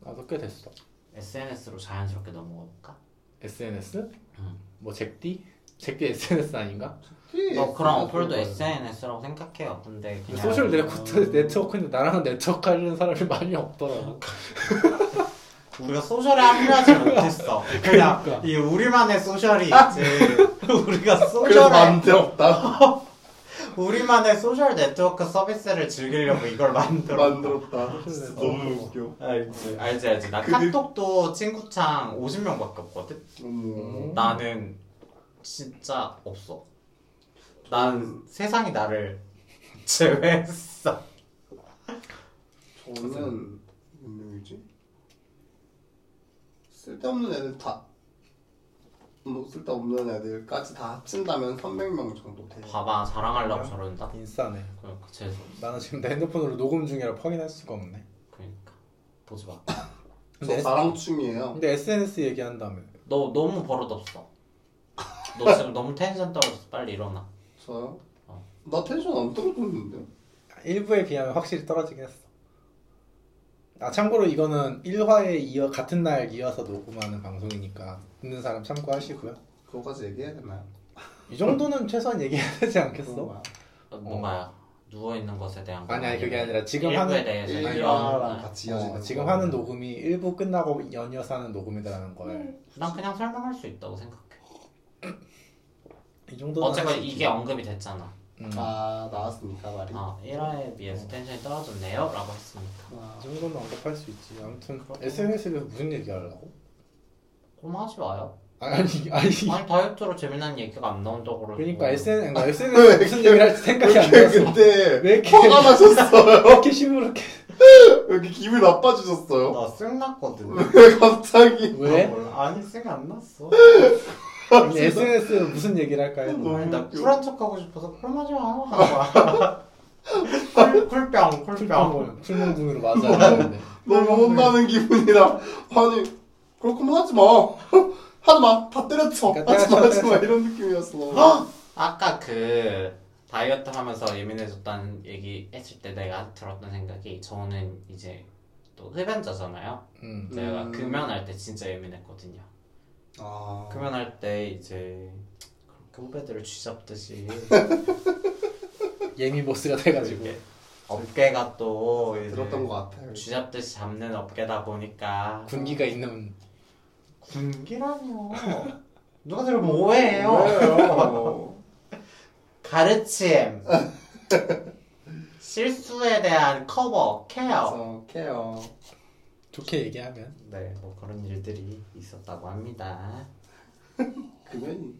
나도 꽤 됐어
SNS로 자연스럽게 넘어가 볼까?
SNS
응.
뭐 잭디 잭디 SNS 아닌가
너뭐 그런
예, 그런
어플도
거예요.
SNS라고 생각해요. 근데 그냥
소셜 네트워크 네트워크인데 나랑 네트워크 하려는 사람이 많이 없더라고
우리가 소셜에 합류하지 못했어. 그냥
그러니까.
이 우리만의 소셜이 있지. [laughs] 우리가
그래서
소셜에
만들었다. [laughs]
우리만의 소셜 네트워크 서비스를 즐기려고 이걸 만들어.
만들었다. 진짜
어.
너무 웃겨.
알지 알지 알지. 나
그-
카톡도 친구창 50명밖에 없거든. 음.
어머.
나는 진짜 없어. 난 세상이 나를 [laughs] 제외했어.
저는
음.
몇 명이지? 쓸데없는 애들 다. 뭐 쓸데없는 애들까지 다 합친다면 300명 정도 돼요.
아,
봐봐 자랑하려고 저런다.
인싸네
그러니까 죄송.
나는 지금 내 핸드폰으로 녹음 중이라 확인할 수가 없네
그러니까 보지 마.
저
근데,
자랑충이에요.
근데 SNS 얘기한다며
너 너무 버릇없어. 너 지금 너무 텐션 떨어져서 빨리 일어나.
저요?
어.
나 텐션 안 떨어졌는데?
일부에 비하면 확실히 떨어지긴 했어. 아 참고로 이거는 1화에 이어 같은 날 이어서 녹음하는 방송이니까 듣는 사람 참고하시고요.
그거까지 얘기해야 되나요?
이 정도는 최소한 얘기해야 되지 않겠어?
그런가요?
뭔가야 누워 있는 것에 대한 거
어. 아니 아니 그게 아니라 지금
일부에
하는
대해서
일부랑
이런 거.
예, 같이 이어지는
네, 어, 지금
거.
하는 녹음이 일부 끝나고 연이어서 하는 녹음이라는 거예요.
난 그냥 설명할 수 있다고 생각해.
이 정도는
어쨌건
할수 있지.
이게 언급이 됐잖아.
음,
아 나왔으니까 말이.
아 1화에 비해서
어.
텐션이 떨어졌네요라고 했으니까.
음.
아.
이 정도는 언급할 수 있지. 아무튼
그렇구나.
SNS에 대해서 무슨 얘기 하려고?
그럼 하지 마요.
아니 아니
아니 다이어트로 재미난 얘기가 안 나온다고 뭐 그러고.
그러니까 SNS [laughs] 그러니까 SNS 에 무슨 얘기를 할지 생각이 안
이렇게
났어.
근데
왜 이렇게
화가 나셨어요?
왜 이렇게 시무룩해?
왜 이렇게 기분이 나빠지셨어요?
나쓱 났거든.
아.
[laughs] 왜 갑자기?
왜? 아,
아니 쓴안 났어.
SNS 무슨 얘기를 할까요?
아니, 나 쿨한 척 하고 싶어서 쿨 마지 마 [laughs] 하는 거야. 쿨, 쿨병 쿨병.
풀몽둥이로 [laughs] 맞아야 되는데
너무 혼나는 기분이라 아니 그렇구만 하지 마 [laughs] 하지 마다 때려쳐
그러니까
하지 마
때려쳐,
하지 마
때려쳐.
이런 느낌이었어
헉! 아까 그 다이어트 하면서 예민해졌다는 얘기 했을 때 내가 들었던 생각이 저는 이제 또 흡연자잖아요.
음.
제가
음.
금연할 때 진짜 예민했거든요.
아.
금연할 때 이제 그렇게 후배들을 쥐잡듯이
예미 보스가 돼가지고
[laughs]
이렇게 어깨가 또 이제
들었던 것 같아요.
쥐잡듯이 잡는 어깨다 보니까
군기가 있는
군기라뇨 [laughs] 누가 들으면 오해해요
[laughs]
가르침 실수에 대한 커버 케어
그래서 [laughs] 케어.
좋게 얘기하면
네 뭐 그런 일들이 있었다고 합니다
금연이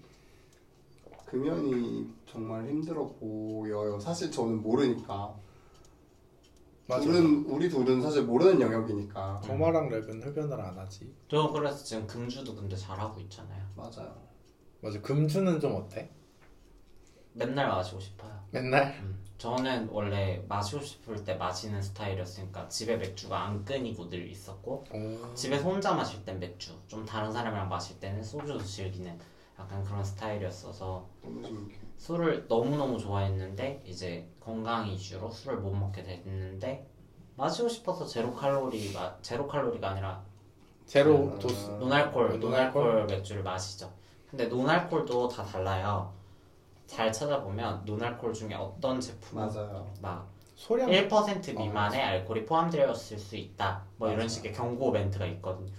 금연이 정말 힘들어 보여요. 사실 저는 모르니까. 둘은 우리 둘은 사실 모르는 영역이니까.
거마랑 랩은 흡연을 안 하지
저 그래서 지금 금주도 근데 잘하고 있잖아요
맞아요.
맞아 금주는 좀 어때?
맨날 마시고 싶어요
맨날?
음, 저는 원래 마시고 싶을 때 마시는 스타일이었으니까 집에 맥주가 안 끊이고 늘 있었고
오.
집에서 혼자 마실 땐 맥주 좀 다른 사람이랑 마실 때는 소주 즐기는 약간 그런 스타일이었어서
너무 재밌게.
술을 너무너무 좋아했는데 이제 건강 이슈로 술을 못 먹게 됐는데 마시고 싶어서 제로 칼로리가 제로 칼로리가 아니라
제로
음.
도수 어,
노날콜
노날콜?
노날콜 맥주를 마시죠. 근데 노날콜도 다 달라요. 잘 찾아보면 노날콜 중에 어떤 제품은
맞아요.
막
소량
1%
어,
미만의 알코올이 포함되었을 수 있다. 뭐 이런
맞아요.
식의 경고 멘트가 있거든요.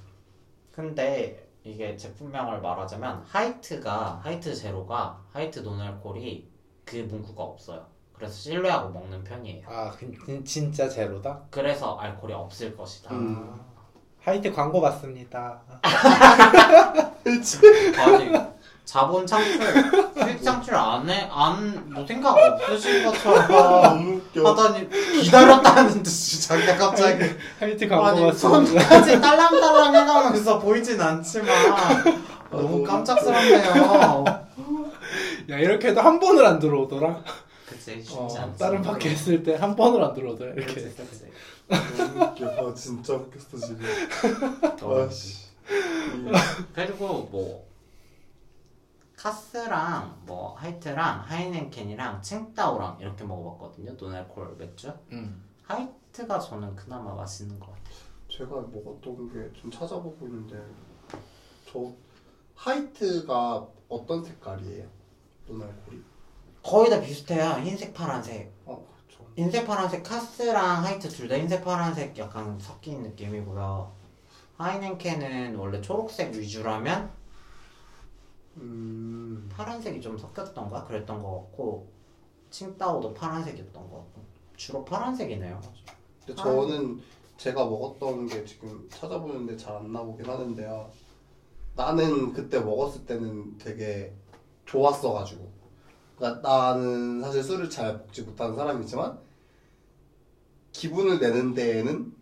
근데 이게 제품명을 말하자면 하이트가 하이트 제로가 하이트 노날콜이 그 문구가 없어요. 그래서 신뢰하고 먹는 편이에요.
아 그- 진짜 제로다? 아,
그래서 알코올이 없을 것이다.
음.
하이트 광고 봤습니다 [laughs]
아직 자본 창출, 수익 창출 안 해, 안, 뭐 생각 없으신 것처럼
아, 너무 웃겨.
하다니 기다렸다는 듯이 자기가 갑자기
하이트 광고
아니
봤습니다
손까지 딸랑딸랑 해가면서 보이진 않지만 너무
아,
깜짝스럽네요.
야 이렇게 해도 한 번을 안
아,
들어오더라
그치
어,
쉽지 않지.
다른 밖에 있을 때 한 번을 안 들어오더라 이렇게
그치 그치.
너무 웃겨. 아, 진짜 웃겼어 지금.
어.
아씨. 네.
그리고 뭐 카스랑 뭐 하이트랑 하이넨켄이랑 칭따오랑 이렇게 먹어봤거든요. 노날콜 맥주.
음.
하이트가 저는 그나마 맛있는 것 같아요.
제가 먹었던 게 좀 찾아보고 있는데 저 하이트가 어떤 색깔이에요? 노날콜이?
거의 다 비슷해요. 흰색, 파란색.
어 그렇죠.
흰색, 파란색 카스랑 하이트 둘 다 흰색, 파란색 약간 섞인 느낌이고요. 하이넨켄은 원래 초록색 위주라면
음
파란색이 좀 섞였던가 그랬던 것 같고 칭따오도 파란색이었던 것 같고 주로 파란색이네요.
근데 저는 제가 먹었던 게 지금 찾아보는데 잘 안 나오긴 하는데요. 나는 그때 먹었을 때는 되게 좋았어가지고. 그러니까 나는 사실 술을 잘 먹지 못하는 사람이지만 기분을 내는 데에는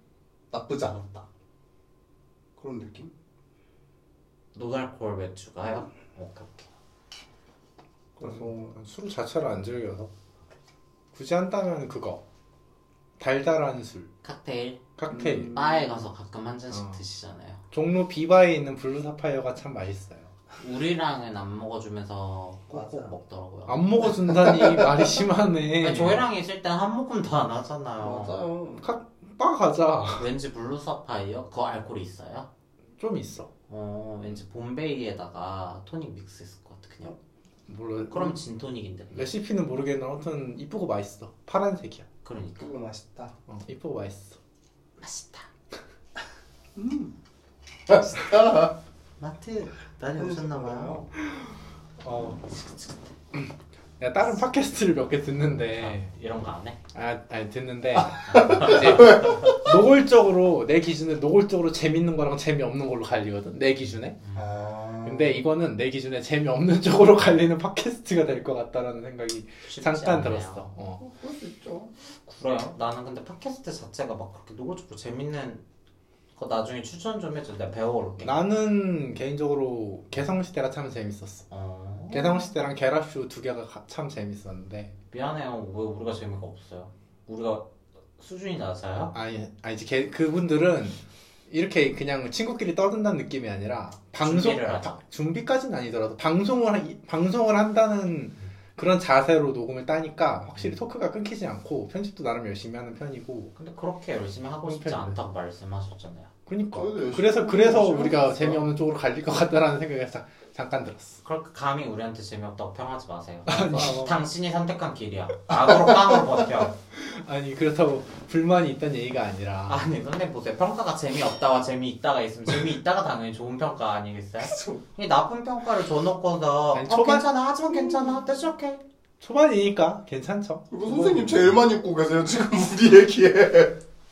나쁘지 않았다. 그런 느낌?
노달콜 맥주가요? 오케이 오케이.
그래서
술 자체를 안 즐겨서 굳이 한다면 그거 달달한 술
칵테일
칵테일
음.
바에 가서 가끔 한 잔씩
어.
드시잖아요.
종로 비바에 있는 블루 사파이어가 참 맛있어요
우리랑은 안 먹어주면서 꼭꼭
맞아.
먹더라고요.
안 먹어준다니
[laughs]
말이 심하네
아니, 저희랑 그러니까 있을 땐 한 모금도 안 하잖아요.
맞아요.
빠 가자
왠지 블루 사파이어? 그거 알코올이 있어요?
좀 있어
어, 왠지 봄베이에다가 토닉 믹스했을 것 같아, 그냥.
몰라
그럼 진토닉인데. 그냥.
레시피는 모르겠는데 아무튼 이쁘고 맛있어 파란색이야
그러니까.
그거 맛있다.
어, 이쁘고 맛있어
맛있다.
맛있다.
마트 다녀오셨나봐요.
어. 내가 다른 팟캐스트를 몇 개
네.
듣는데
이런 거 안 해?
아, 아니 듣는데 이제 노골적으로 내 기준에 노골적으로 재밌는 거랑 재미없는 걸로 갈리거든 내 기준에
아.
근데 이거는 내 기준에 재미없는 쪽으로 갈리는 팟캐스트가 될 것 같다라는 생각이
쉽지
잠깐
않네요.
들었어 어.
어, 그럴 수 있죠.
그래요? 나는 근데 팟캐스트 자체가 막 그렇게 노골적으로 재밌는 거 나중에 추천 좀 해줘. 내가 배워올게.
나는 개인적으로 개성시대가 참 재밌었어 음.
어...
개성시대랑 게라쇼 두 개가 가- 참 재밌었는데
미안해요. 왜 우리가 재미가 없어요? 우리가 수준이 낮아요?
아니, 아니 이제 걔, 그분들은 이렇게 그냥 친구끼리 떠든다는 느낌이 아니라 방송
준비를 하죠.
바- 준비까지는 아니더라도 방송을 하- 방송을 한다는 그런 자세로 녹음을 따니까 확실히 토크가 끊기지 않고 편집도 나름 열심히 하는 편이고
근데 그렇게 열심히 하고 싶지
편집해.
않다고 말씀하셨잖아요.
그러니까.
그래도 열심히
그래서
하는
그래서
열심히
우리가
하니까.
재미없는 쪽으로 갈릴 것 같다라는 생각이 자- 잠깐 들었어.
그렇게 감히 우리한테 재미없다고 평하지 마세요.
아니.
당신이 선택한 길이야. 악으로 깡으로 버텨.
아니 그렇다고 불만이 있다는 얘기가 아니라
아니 근데 보세요. 평가가 재미없다와 재미있다가 있으면 재미있다가 당연히 좋은 평가 아니겠어요? 이 나쁜 평가를 줘놓고서
아니,
어,
초반-
괜찮아 하지만 괜찮아 대적해
초반이니까 괜찮죠.
이거 뭐 그렇죠. 선생님 제일 많이 웃고 계세요 지금 우리 얘기에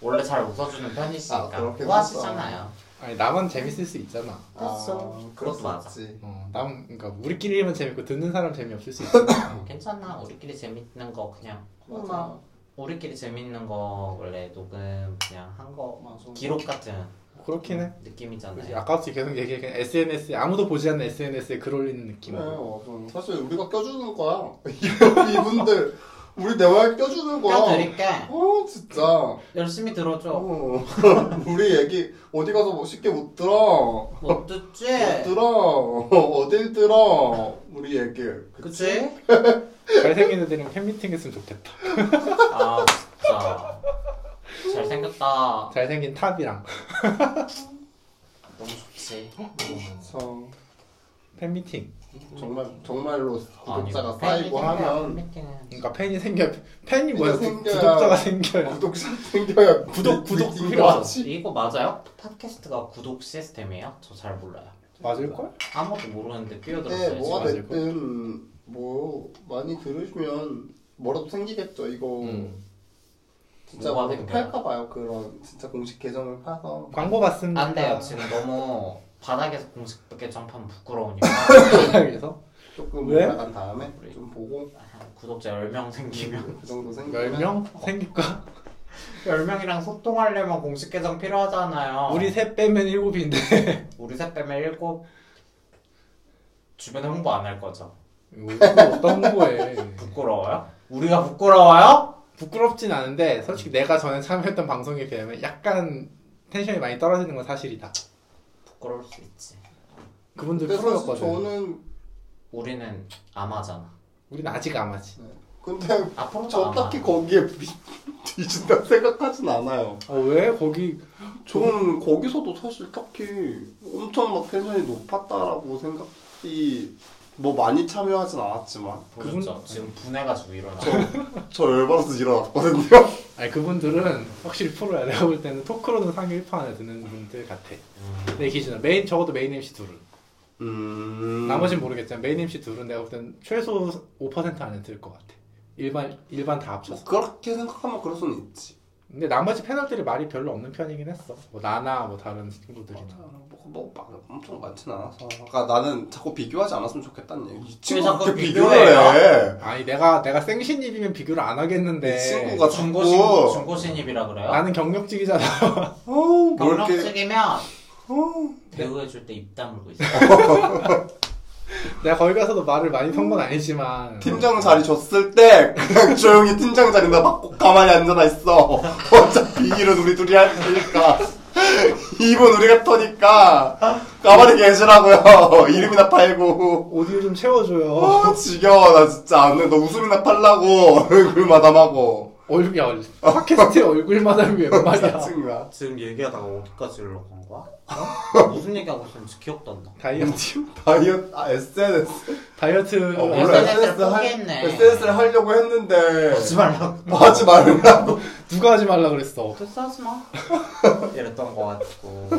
원래 잘 웃어주는 편이시니까 뭐
아, 그렇긴
후하시잖아요.
아니 나만 재밌을 수 있잖아.
됐어. 그것도
그럴 수
맞아.
있지.
어, 남 그러니까 우리끼리만 재밌고 듣는 사람 재미없을 수 있잖아.
괜찮아 우리끼리 재밌는 거 그냥
맞아.
우리끼리 재밌는 거 원래 녹음 그냥 한 거
맞아.
기록 같은
그렇긴
음.
해. 그치,
느낌이잖아요.
네. 아까부터 계속 얘기해 SNS 에 아무도 보지 않는 SNS에 글 올리는 느낌.
그래 맞아. 사실 우리가 껴주는 거야 [laughs] 이분들 우리 대화에 껴주는 거야
껴드릴게
어 진짜
열심히 들어줘.
어. [laughs] 우리 얘기 어디 가서 뭐 쉽게 못 들어 뭐
못뭐 듣지?
못 들어 [laughs] 어딜 들어 우리 얘기
그치?
잘생긴 애들이랑 팬미팅 했으면 좋겠다.
아 진짜 잘생겼다.
잘생긴 탑이랑
너무 좋지.
어, 그쵸
팬미팅.
정말 정말로 구독자가
아니,
쌓이고
팬미팅이야,
하면
팬미팅은.
그러니까 팬이 생겨 팬이 뭐야? 구,
생겨야-
구독자가 생겨요.
구독자 생겨야
구독, 구독
미팅이
필요하죠.
왔지.
이거 맞아요? 팟캐스트가 구독 시스템이에요? 저 잘 몰라요.
맞을 걸?
아무것도 모르는데
네,
뛰어들었어요.
뭐가
지금.
맞을
됐든 뭐 많이 들으시면 뭐라도 생기겠죠. 이거
음.
진짜
뭐가
뭐라도
생겨요?
팔까 봐요. 그런 진짜 공식 계정을 파서
광고 봤습니다.
안 돼요. 지금 너무 바닥에서 공식 계정 파면 부끄러우니까 [laughs]
그래서
조금
왜?
나간 다음에 좀 보고
한 구독자 10명 생기면
그 정도 생기면
10명 생길까?
10명이랑 소통하려면 공식 계정 필요하잖아요.
우리 셋 빼면 7인데. [laughs]
우리 셋 빼면 일곱 주변에 홍보 안 할 거죠?
어떤 거에
부끄러워요? 우리가 부끄러워요?
부끄럽진 않은데 솔직히 내가 전에 참여했던 방송에 비하면 약간 텐션이 많이 떨어지는 건 사실이다.
부끄러울 수 있지.
그분들
근데 사실
프로였거든.
저는
우리는 아마잖아.
우리는 아직 아마지.
근데
앞으로도
저
아마.
딱히 거기에 비- [laughs] 뒤진다 생각하진 않아요.
어, 왜 거기
저는 거기서도 사실 딱히 엄청 막 텐션이 높았다라고 생각이 뭐 많이 참여하진 않았지만
보셨죠?
그분-
지금 분해가 지고 일어나.
저 열받아서 일어났거든요. [laughs]
아니 그분들은 확실히 프로야. 내가 볼 때는 토크로는 상위 1파 안에 드는 분들 같아.
음,
내 기준은 메인 적어도 메인 MC 둘은.
음.
뭐
나머진 모르겠지만 메인 MC 둘은 내가 볼 때는 최소 5% 안에 들 것 같아. 일반 일반 다
뭐
합쳐서.
그렇게 생각하면 그럴 수는 있지.
근데 나머지 패널들이 말이 별로 없는 편이긴 했어. 뭐 나나 뭐 다른 친구들이나.
뭐, 뭐 막, 엄청 많진 않아서. 아까 나는 자꾸 비교하지 않았으면 좋겠다는 얘기. 이 친구가
자꾸
그렇게
비교해요?
비교를 해.
아니 내가 내가 생신입이면 비교를 안 하겠는데.
이 친구가
중고
자꾸.
중고 신입이라 그래요?
나는 경력직이잖아. [laughs]
어, 뭐 이렇게.
경력직이면
어.
대우해줄 때 입 다물고 있어.
내가 거기 가서도 말을 많이 턴 건 아니지만.
팀장 자리 줬을 때 그냥 조용히 팀장 자리 나 받고 가만히 앉아나 있어. 어차피 이 일은 우리 둘이 할 테니까. 입은 우리가 터니까 가만히 계시라고요. 이름이나 팔고.
오디오 좀 채워줘요.
어, 지겨워 나 진짜 안 돼. 너 웃음이나 팔라고 얼굴 마담하고.
얼굴 야 얼굴. 팟캐스트에 [laughs] 얼굴마다 왜몇 말이야.
짜증나.
[laughs] 지금 얘기하다가 어디까지 올라간 거야? 어? 무슨 얘기하고 있었는지 기억도 안 나.
[laughs] 다이어트
다이어트, 아, SNS.
음, 다이어트.
어,
몰라.
원래
SNS를
SNS 를 할-
포기했네.
SNS를 하려고 했는데.
아,
하지 말라고.
뭐 하지 말라고.
누가 하지 말라 그랬어.
또 싸지 마. 이랬던 거 같고.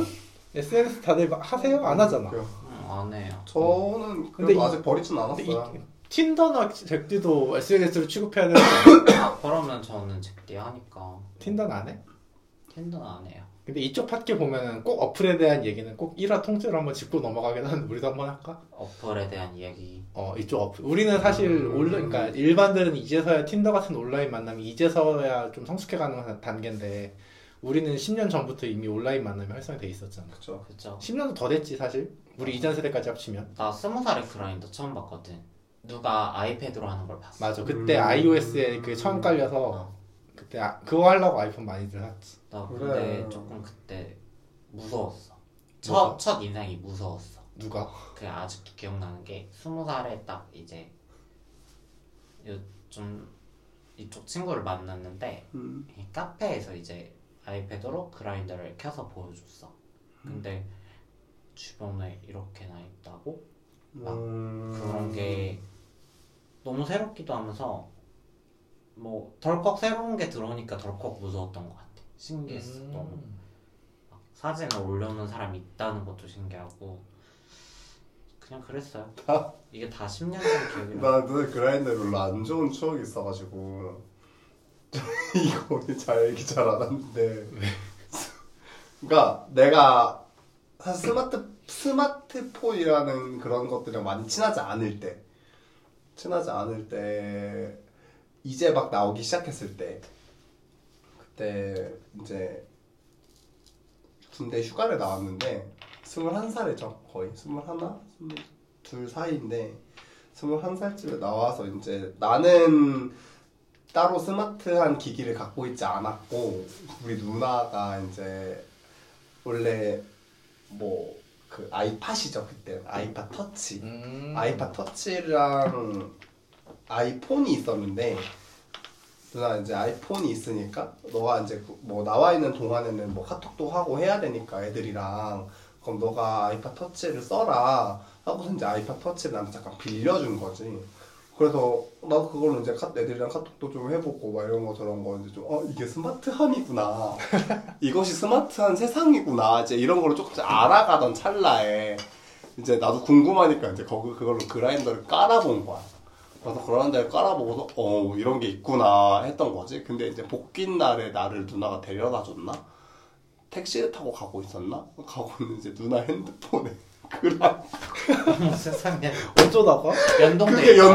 SNS 다들 막 하세요? 안 하잖아.
음, 안 해요.
저는
근데 이-
그래도 아직 버리진
근데
않았어요.
이 틴더나 잭디도 SNS를 취급해야 되는데
아, 그러면 저는 잭디 하니까
틴더는 안 해?
텐더 안 해요.
근데 이쪽 팟캐 보면은 꼭 어플에 대한 얘기는 꼭 1화 통째로 한번 짚고 넘어가긴 하는데 우리도 한번 할까?
어플에 대한 이야기.
어 이쪽 어플 우리는 사실 온라 그러니까 일반들은 이제서야 틴더 같은 온라인 만남이 이제서야 좀 성숙해가는 단계인데 우리는 10년 전부터 이미 온라인 만남이 활성화돼 있었잖아
그쵸.
그죠?
10년도 더 됐지 사실
아.
우리 이전 세대까지 합치면
나 스무 살에 그라인더 처음 봤거든. 누가 아이패드로 하는 걸 봤어.
맞아 그때
음.
iOS에 그 처음 깔려서 그때 아- 그거 하려고 아이폰 많이들 샀지
나 근데
그래.
조금 그때 무서웠어. 첫, 첫 인상이 무서웠어.
누가
그 아직도 기억나는 게 스무 살에 딱 이제 요좀 이쪽 친구를 만났는데
음.
이 카페에서 이제 아이패드로 그라인더를 켜서 보여줬어. 근데 주변에 이렇게나 있다고
음...
그런 게 너무 새롭기도 하면서 뭐 덜컥 새로운 게 들어오니까 덜컥 무서웠던 것 같아.
음.
신기했어 너무. 막 사진을 올려놓은 사람이 있다는 것도 신기하고 그냥 그랬어요. 이게 다 10년 전 기억이라.
아, 나는 그라인더 별로 안 좋은 추억이 있어가지고 [laughs] 이거 오늘 잘 얘기 잘 안 하는데 그러니까 내가 사실 스마트 스마트폰이라는 그런 것들이랑 많이 친하지 않을 때 친하지 않을 때 이제 막 나오기 시작했을 때 그때 이제 군대 휴가를 나왔는데 21살이죠 거의 21, 22 사이인데 21살쯤에 나와서 이제 나는 따로 스마트한 기기를 갖고 있지 않았고 우리 누나가 이제 원래 뭐 그 아이팟이죠 그때 아이팟 터치
음.
아이팟 터치랑 아이폰이 있었는데 누나 이제 아이폰이 있으니까 너가 이제 그뭐 나와 있는 동안에는 뭐 카톡도 하고 해야 되니까 애들이랑 그럼 너가 아이팟 터치를 써라 하고서 이제 아이팟 터치를 나한테 잠깐 빌려준 거지. 그래서 나도 그걸로 이제 카- 애들이랑 카톡도 좀 해보고 막 이런 거 저런 거 이제 좀 어 이게 스마트함이구나 이것이 스마트한 세상이구나 이제 이런 거를 조금씩 알아가던 찰나에 이제 나도 궁금하니까 이제 거기 그걸로 그라인더를 깔아본 거야. 그래서 그라인더를 깔아보고서 어 이런 게 있구나 했던 거지. 근데 이제 복귀 날에 나를 누나가 데려다 줬나? 택시를 타고 가고 있었나? 가고 있는데 누나 핸드폰에 [laughs] 그라 [laughs]
세상에
어쩌다가?
연동돼.
그게
있어.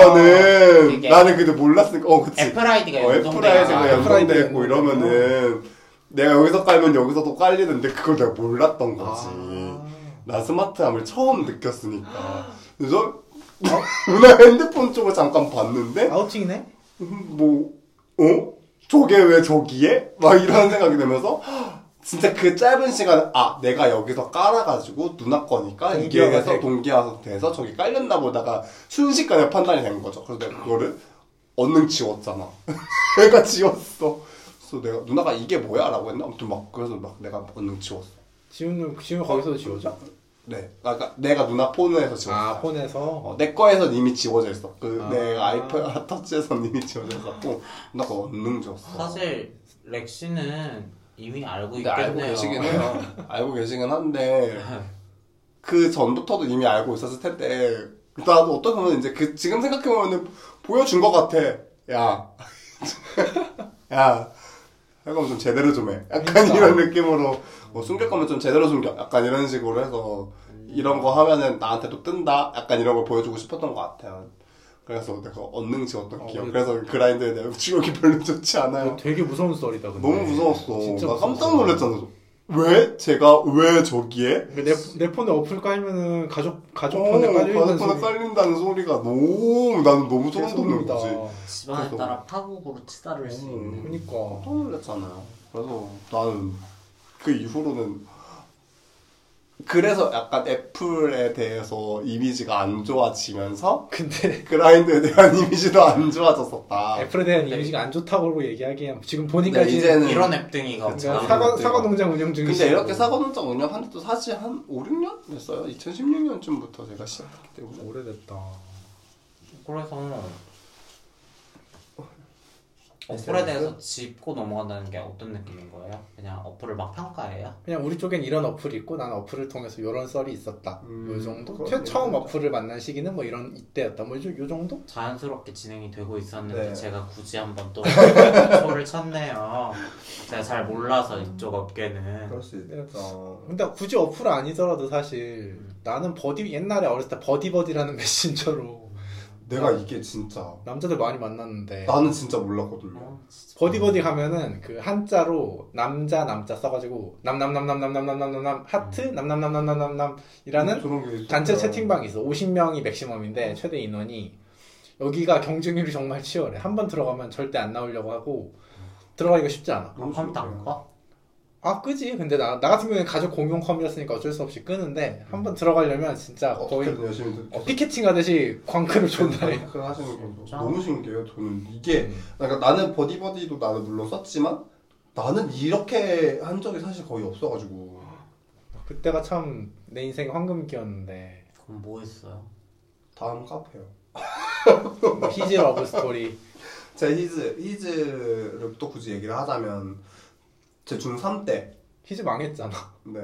아,
연동되면은
이게
나는 근데 몰랐으니까 어 그치
애플 아이디가
어,
연동돼.
애플 아이디가
아,
있잖아.
연동-
연동돼
애플
있고
아이디가
이러면은 내가 여기서 깔면 여기서도 깔리는데 그걸 내가 몰랐던 거지
아.
나 스마트함을 처음 느꼈으니까 그래서 [laughs] 누나 핸드폰 쪽을 잠깐 봤는데
아우팅이네?
뭐, 어? 저게 왜 저기에? 막 이런 생각이 들면서, 진짜 그 짧은 시간에, 아, 내가 여기서 깔아가지고, 누나 거니까, 이게
동기화가
해서
돼.
동기화가 돼서 저기 깔렸나 보다가, 순식간에 판단이 된 거죠. 그래서 내가 그거를, 얼른 지웠잖아. [laughs] 내가 지웠어. 그래서 내가, 누나가 이게 뭐야? 라고 했나? 아무튼 막, 그래서 막 내가 얼른 지웠어.
지훈은 지훈 거기서 지우죠?
네. 아까 내가 누나 폰에서 지웠어.
아 폰에서.
어, 내 거에선 이미 지워져 있었고
아.
내 아이폰 [laughs] 터치에선 이미 지워져 있었고 나 그거 언능 지웠어
아,
사실 렉시는 이미 알고
근데
뭐 있겠네요.
알고 계시긴 해요 알고 계시긴 한데 그 전부터도 이미 알고 있었을 텐데 나도 어떻게 보면 이제 그 지금 생각해보면 보여준 것 같아 야 [laughs] 야, 할 거면 좀 제대로 좀 해. 약간
그러니까.
이런 느낌으로, 뭐 숨길 거면 좀 제대로 숨겨. 약간 이런 식으로 해서, 이런 거 하면은 나한테도 뜬다? 약간 이런 걸 보여주고 싶었던 것 같아요. 그래서 내가 언능 지웠던
어,
기억.
우리-
그래서 그라인드에 내가 기억이 별로 좋지 않아요.
이거 어, 되게 무서운 썰이다 근데.
너무 네. 무서웠어.
진짜
나
무서웠어.
깜짝 놀랐잖아. 왜? 제가 왜 저기에?
그 내, 내 폰에 어플 깔면은 가족 가족
어,
폰에 깔려있는 소리.
가족폰에 깔린다는 소리가 너무, 나는 너무 소름 돋는 거지.
집안에
그래서-
따라 파국으로 치달을 수
음.
있는.
그니까.
깜짝 놀랐잖아요. 그래서 나는 그 이후로는 그래서 약간 애플에 대해서 이미지가 안 좋아지면서
근데
그라인드에 대한 [laughs] 이미지도 안 좋아졌었다.
애플에 대한 이미지가 안 좋다고 얘기하기엔 지금 보니까
근데 이제는
이런 앱등이가
그러니까
없잖아.
사과
그러니까.
사과 농장 운영 중이시.
근데 이렇게 사과농장 운영한 지도 사실 한 5, 6년 됐어요. 2016년쯤부터 제가 시작했기 때문에
오래됐다.
그래서 어플에 대해서 짚고 넘어간다는 게 어떤 느낌인 거예요? 그냥 어플을 막 평가해요?
그냥 우리 쪽엔 이런 어플이 있고 난 어플을 통해서 이런 썰이 있었다.
음,
요 정도?
그렇네.
최, 처음 어플을 만난 시기는 뭐 이런 이때였다. 뭐 요, 요 정도?
자연스럽게 진행이 되고 있었는데
네.
제가 굳이 한번 또 [laughs] 소를 쳤네요. 제가 잘 몰라서 이쪽 업계는
수
근데 굳이 어플 아니더라도 사실 나는 버디 옛날에 어렸을 때 버디버디라는 메신저로
내가 이게 진짜
남자들 많이 만났는데
나는 진짜 몰랐거든요.
어, 진짜.
버디버디 가면은 그 한자로 남자 남자 써가지고 남남남남남남남남남남 하트 남남남남남남남이라는
저런 게 있었어요.
단체 채팅방이 있어. 50명이 맥시멈인데 최대 인원이 여기가 경쟁률이 정말 치열해. 한 번 들어가면 절대 안 나오려고 하고 들어가기가 쉽지 않아.
아, 컴퓨터 안
어,
꺼?
아 끄지. 근데 나, 나 같은 경우에는 가족 공용 컴이었으니까 어쩔 수 없이 끄는데 한 번 들어가려면 진짜 거의
어떻게든 그렇죠. 열심히 듣- [laughs]
어, 피켓팅 하듯이 광크를 존나 해.
그걸 하시는 거
진짜?
너무 신기해요. 저는 이게 그러니까 나는 버디버디도 나는 물론 썼지만 나는 이렇게 한 적이 사실 거의 없어가지고
그때가 참 내 인생 황금기였는데
그럼 뭐 했어요?
다음 카페요.
히즈 러브 스토리
제 히즈 히즈를 또 굳이 얘기를 하자면 제 중3 때
히즈 망했잖아.
네.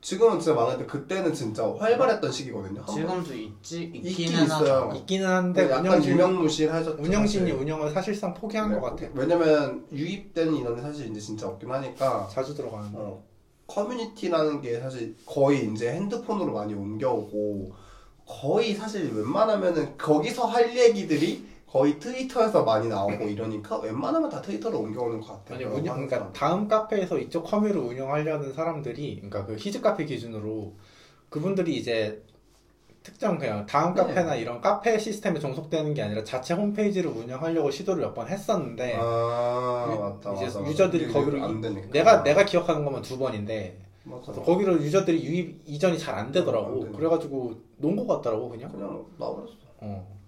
지금은 진짜 망했는데 그때는 진짜 활발했던 시기거든요. 네, 한 번.
지금도 있지
있긴
있기는
있어요. 네,
하죠.
있기는 한데
약간
운영진
유명무실하셨죠. 네.
운영진이 운영을 사실상 포기한 것 같아.
왜냐면 유입된 인원이 사실 이제 진짜 없긴 하니까
자주 들어가는데
어, 커뮤니티라는 게 사실 거의 이제 핸드폰으로 많이 옮겨오고 거의 사실 웬만하면은 거기서 할 얘기들이 거의 트위터에서 많이 나오고 이러니까 웬만하면 다 트위터로 옮겨오는 것 같아요.
아니 운영
항상.
그러니까 다음 카페에서 이쪽 커뮤를 운영하려는 사람들이 그러니까 그 히즈 카페 기준으로 그분들이 이제 특정 그냥 다음
네.
카페나 이런 카페 시스템에 종속되는 게 아니라 자체 홈페이지를 운영하려고 시도를 몇 번 했었는데
아
네. 유-
맞다
이제
맞다, 맞다.
유저들이
이게
거기로
안 되니까.
내가 내가 기억하는 것만 두 번인데
맞아. 아,
그래서 거기로 유저들이 유입 이전이 잘 안
안
되더라고
되네.
그래가지고 논 것 같더라고 그냥
그냥 나버렸어.
어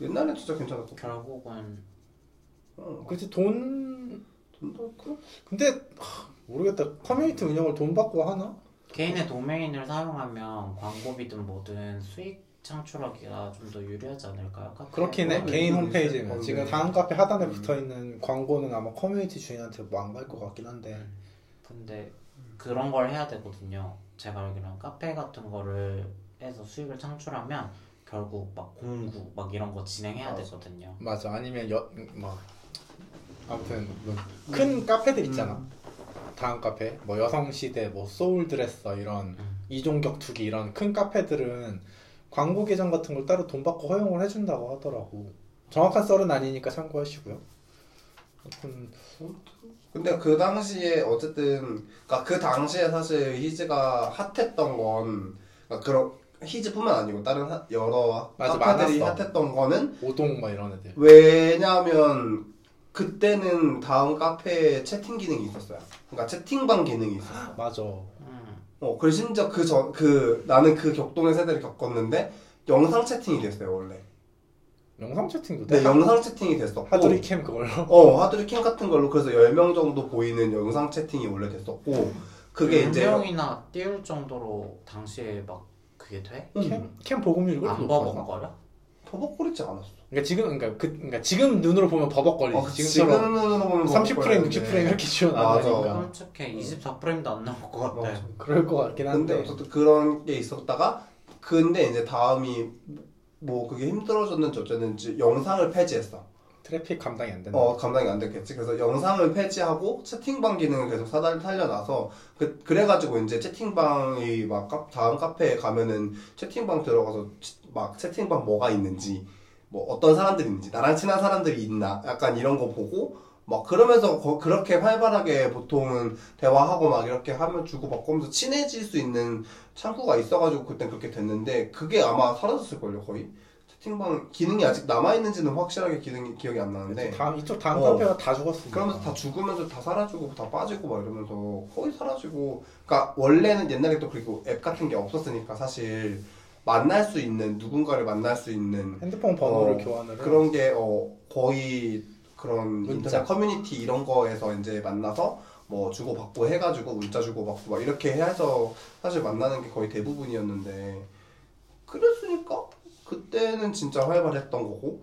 옛날엔 진짜 괜찮았고.
결국은
어,
그치 돈
돈도 없고.
근데 하, 모르겠다 커뮤니티 운영을 돈 받고 하나
개인의 도메인을 사용하면 광고비든 뭐든 수익 창출하기가 좀 더 유리하지 않을까요? 카페? 뭐
그렇긴 해
네,
개인
네,
홈페이지면
네.
지금 다음 카페 하단에 붙어 있는 광고는 아마 커뮤니티 주인한테 뭐 안 갈 것 같긴 한데
근데 그런 걸 해야 되거든요. 제가 알기로는 카페 같은 거를 해서 수익을 창출하면 결국 막 공구 막 이런 거 진행해야
맞아.
되거든요.
맞아 아니면 여뭐 아무튼 음. 뭐큰 음. 카페들 있잖아 다음 카페 뭐 여성 시대 뭐 소울 드레서 이런
음.
이종격 투기 이런 큰 카페들은 광고 계정 같은 걸 따로 돈 받고 허용을 해준다고 하더라고 정확한 썰은 아니니까 참고하시고요 아무튼
근데 그 당시에 어쨌든 그러니까 그 당시에 사실 히즈가 핫했던 건 그러니까 그런 히즈뿐만 아니고 다른 하- 여러
맞아,
카페들이
많았어.
핫했던 거는
오동 막 이런 애들
왜냐면 그때는 다음 카페에 채팅 기능이 있었어요. 그러니까 채팅방 기능이 있었어요.
맞아
음.
어, 그리고 심지어 그 전, 그, 나는 그 격동의 세대를 겪었는데, 영상 채팅이 됐어요, 원래.
영상 채팅도 돼
네, 영상 채팅이 됐었고.
하드리 캠 그걸로
어, 하드리 캠 같은 걸로 그래서 10명 정도 보이는 영상 채팅이 원래 됐었고, 그게 이제.
용량이나 띄울 정도로 당시에 막 그게 돼?
음,
캠, 캠 보급률이 그렇게
안
높았나?
버벅거려?
버벅거리지 않았어.
아, 그러니까 지금 그러니까 그 그러니까 지금 눈으로 보면 버벅거리지
어,
지금처럼
지금으로 보면
30 프레임, 60
버벅거리는데.
프레임 이렇게 지원 안
맞아.
하니까
끔찍해. 24프레임도 안 나올 것
어,
같아.
맞아.
그럴 것 같긴 한데
근데 어쨌든 그런 게 있었다가, 근데 이제 다음이, 뭐, 그게 힘들어졌는지 어쨌는지 영상을 폐지했어.
트래픽 감당이 안 된다.
어, 감당이 안 됐겠지. 그래서 영상을 폐지하고 채팅방 기능을 계속 사달 살려놔서 그, 그래가지고 이제 채팅방이 막 카- 다음 카페에 가면은 채팅방 들어가서 치- 막 채팅방 뭐가 있는지 뭐 어떤 사람들이 있는지 나랑 친한 사람들이 있나 약간 이런 거 보고 막 그러면서 거- 그렇게 활발하게 보통은 대화하고 막 이렇게 하면 주고받고 하면서 친해질 수 있는 창구가 있어가지고 그땐 그렇게 됐는데 그게 아마 사라졌을걸요 거의 채팅방 기능이 아직 남아있는지는 확실하게 기능이 기억이 안 나는데
다음 이쪽 다음
어.
카페가 다 죽었으니까.
그러면서 다 죽으면서 다 사라지고 다 빠지고 막 이러면서 거의 사라지고 그러니까 원래는 옛날에 또 그리고 앱 같은 게 없었으니까 사실 만날 수 있는 누군가를 만날 수 있는
핸드폰 번호를
어,
교환을 해.
그런 게 어, 거의 그런
문자.
인터넷 커뮤니티 이런 거에서 이제 만나서 뭐 주고받고 해가지고 문자 주고받고 막 이렇게 해서 사실 만나는 게 거의 대부분이었는데 그랬으니까 그때는 진짜 활발했던 거고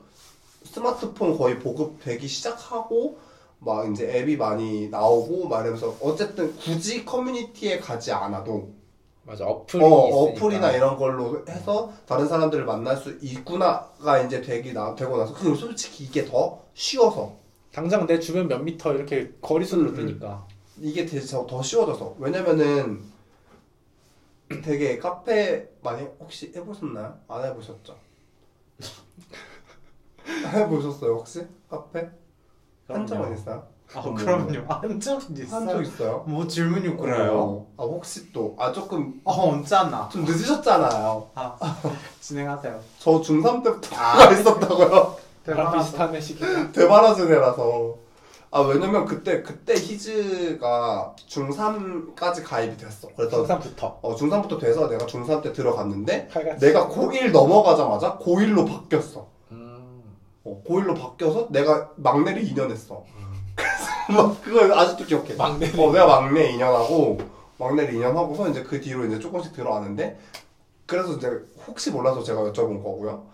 스마트폰 거의 보급되기 시작하고 막 이제 앱이 많이 나오고 막 이러면서 어쨌든 굳이 커뮤니티에 가지 않아도
맞아 어플이
어,
있으니까.
어플이나 이런 걸로 해서 다른 사람들을 만날 수 있구나가 이제 되기 나, 되고 나서 그리고 솔직히 이게 더 쉬워서
당장 내 주변 몇 미터 이렇게 거리 순으로
음, 음.
뜨니까
이게 되게 더- 더 쉬워져서 왜냐면은 되게 카페 많이 혹시 해보셨나요? 안 해보셨죠? [laughs] 해보셨어요 혹시 카페 한 적은 있어요?
아 그럼요. 한 적은
한
있어요.
적 있어요?
뭐 질문이 그래요?
어, 아 혹시 또 아 조금
아 언짢아.
좀 늦으셨잖아요.
아 [laughs] 진행하세요.
저 중3 때부터 아. 있었다고요.
다 비슷한 시기.
대바라즈네라서 아 왜냐면 그때 그때 히즈가 중3까지 가입이 됐어 그래서
중산부터
어, 중3부터 돼서 내가 중3 때 들어갔는데
칼같이.
내가 고1 넘어가자마자 고1로 바뀌었어
음.
어, 고1로 바뀌어서 내가 막내를 [laughs] 인연했어 그래서 막 그걸 아직도 기억해
막내.
어, 내가 막내 인연하고 막내를 인연하고서 이제 그 뒤로 이제 조금씩 들어왔는데 그래서 이제 혹시 몰라서 제가 여쭤본 거고요.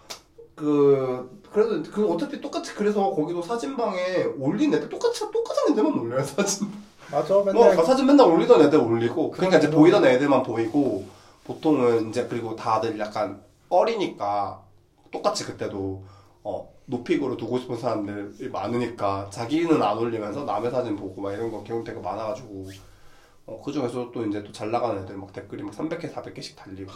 그 그래서 그 어차피 똑같이 그래서 거기도 사진방에 올린 애들 똑같이 똑같은 애들만 올려요 사진.
맞아
뭐
맨날
사진 맨날 올리던 애들 올리고 그러니까 이제
그러면은-
보이던 애들만 보이고 보통은 이제 그리고 다들 약간 어리니까 똑같이 그때도 어 노픽으로 두고 싶은 사람들이 많으니까 자기는 안 올리면서 남의 사진 보고 막 이런 거 경험되게 많아가지고 어, 그 중에서 또 이제 또 잘 나가는 애들 막 댓글이 막 300개 400개씩 달리고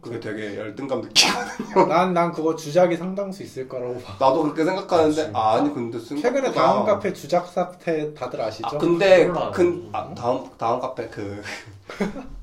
그게 되게 열등감 느끼고 [laughs]
난, 난 그거 주작이 상당수 있을 거라고 봐.
나도 그렇게 생각하는데 아, 아니 근데
최근에
생각보다-
다음 카페 주작 사태 다들 아시죠?
아, 근데
몰라요.
근 아, 다음 다음 카페 그. [laughs]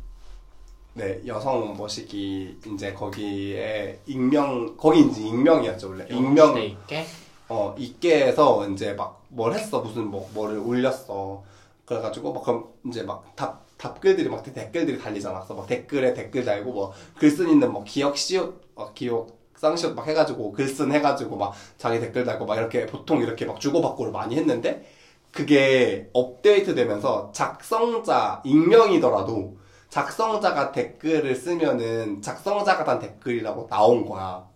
네 여성 머시기 이제 거기에 익명 거기 이제 익명이었죠 원래
돼
익명
있게
어 있게에서 이제 막 뭘 했어 무슨 뭐 뭐를 올렸어 그래가지고 막 그럼 이제 막 답 답글들이 막 댓글들이 달리잖아 그래서 막 댓글에 댓글 달고 뭐 글 쓴 있는 뭐 기억 시옷 막 기억 쌍시옷 막 해가지고 글 쓴 해가지고 막 자기 댓글 달고 막 이렇게 보통 이렇게 막 주고받고를 많이 했는데 그게 업데이트 되면서 작성자 익명이더라도 작성자가 댓글을 쓰면은 작성자가 단 댓글이라고 나온 거야.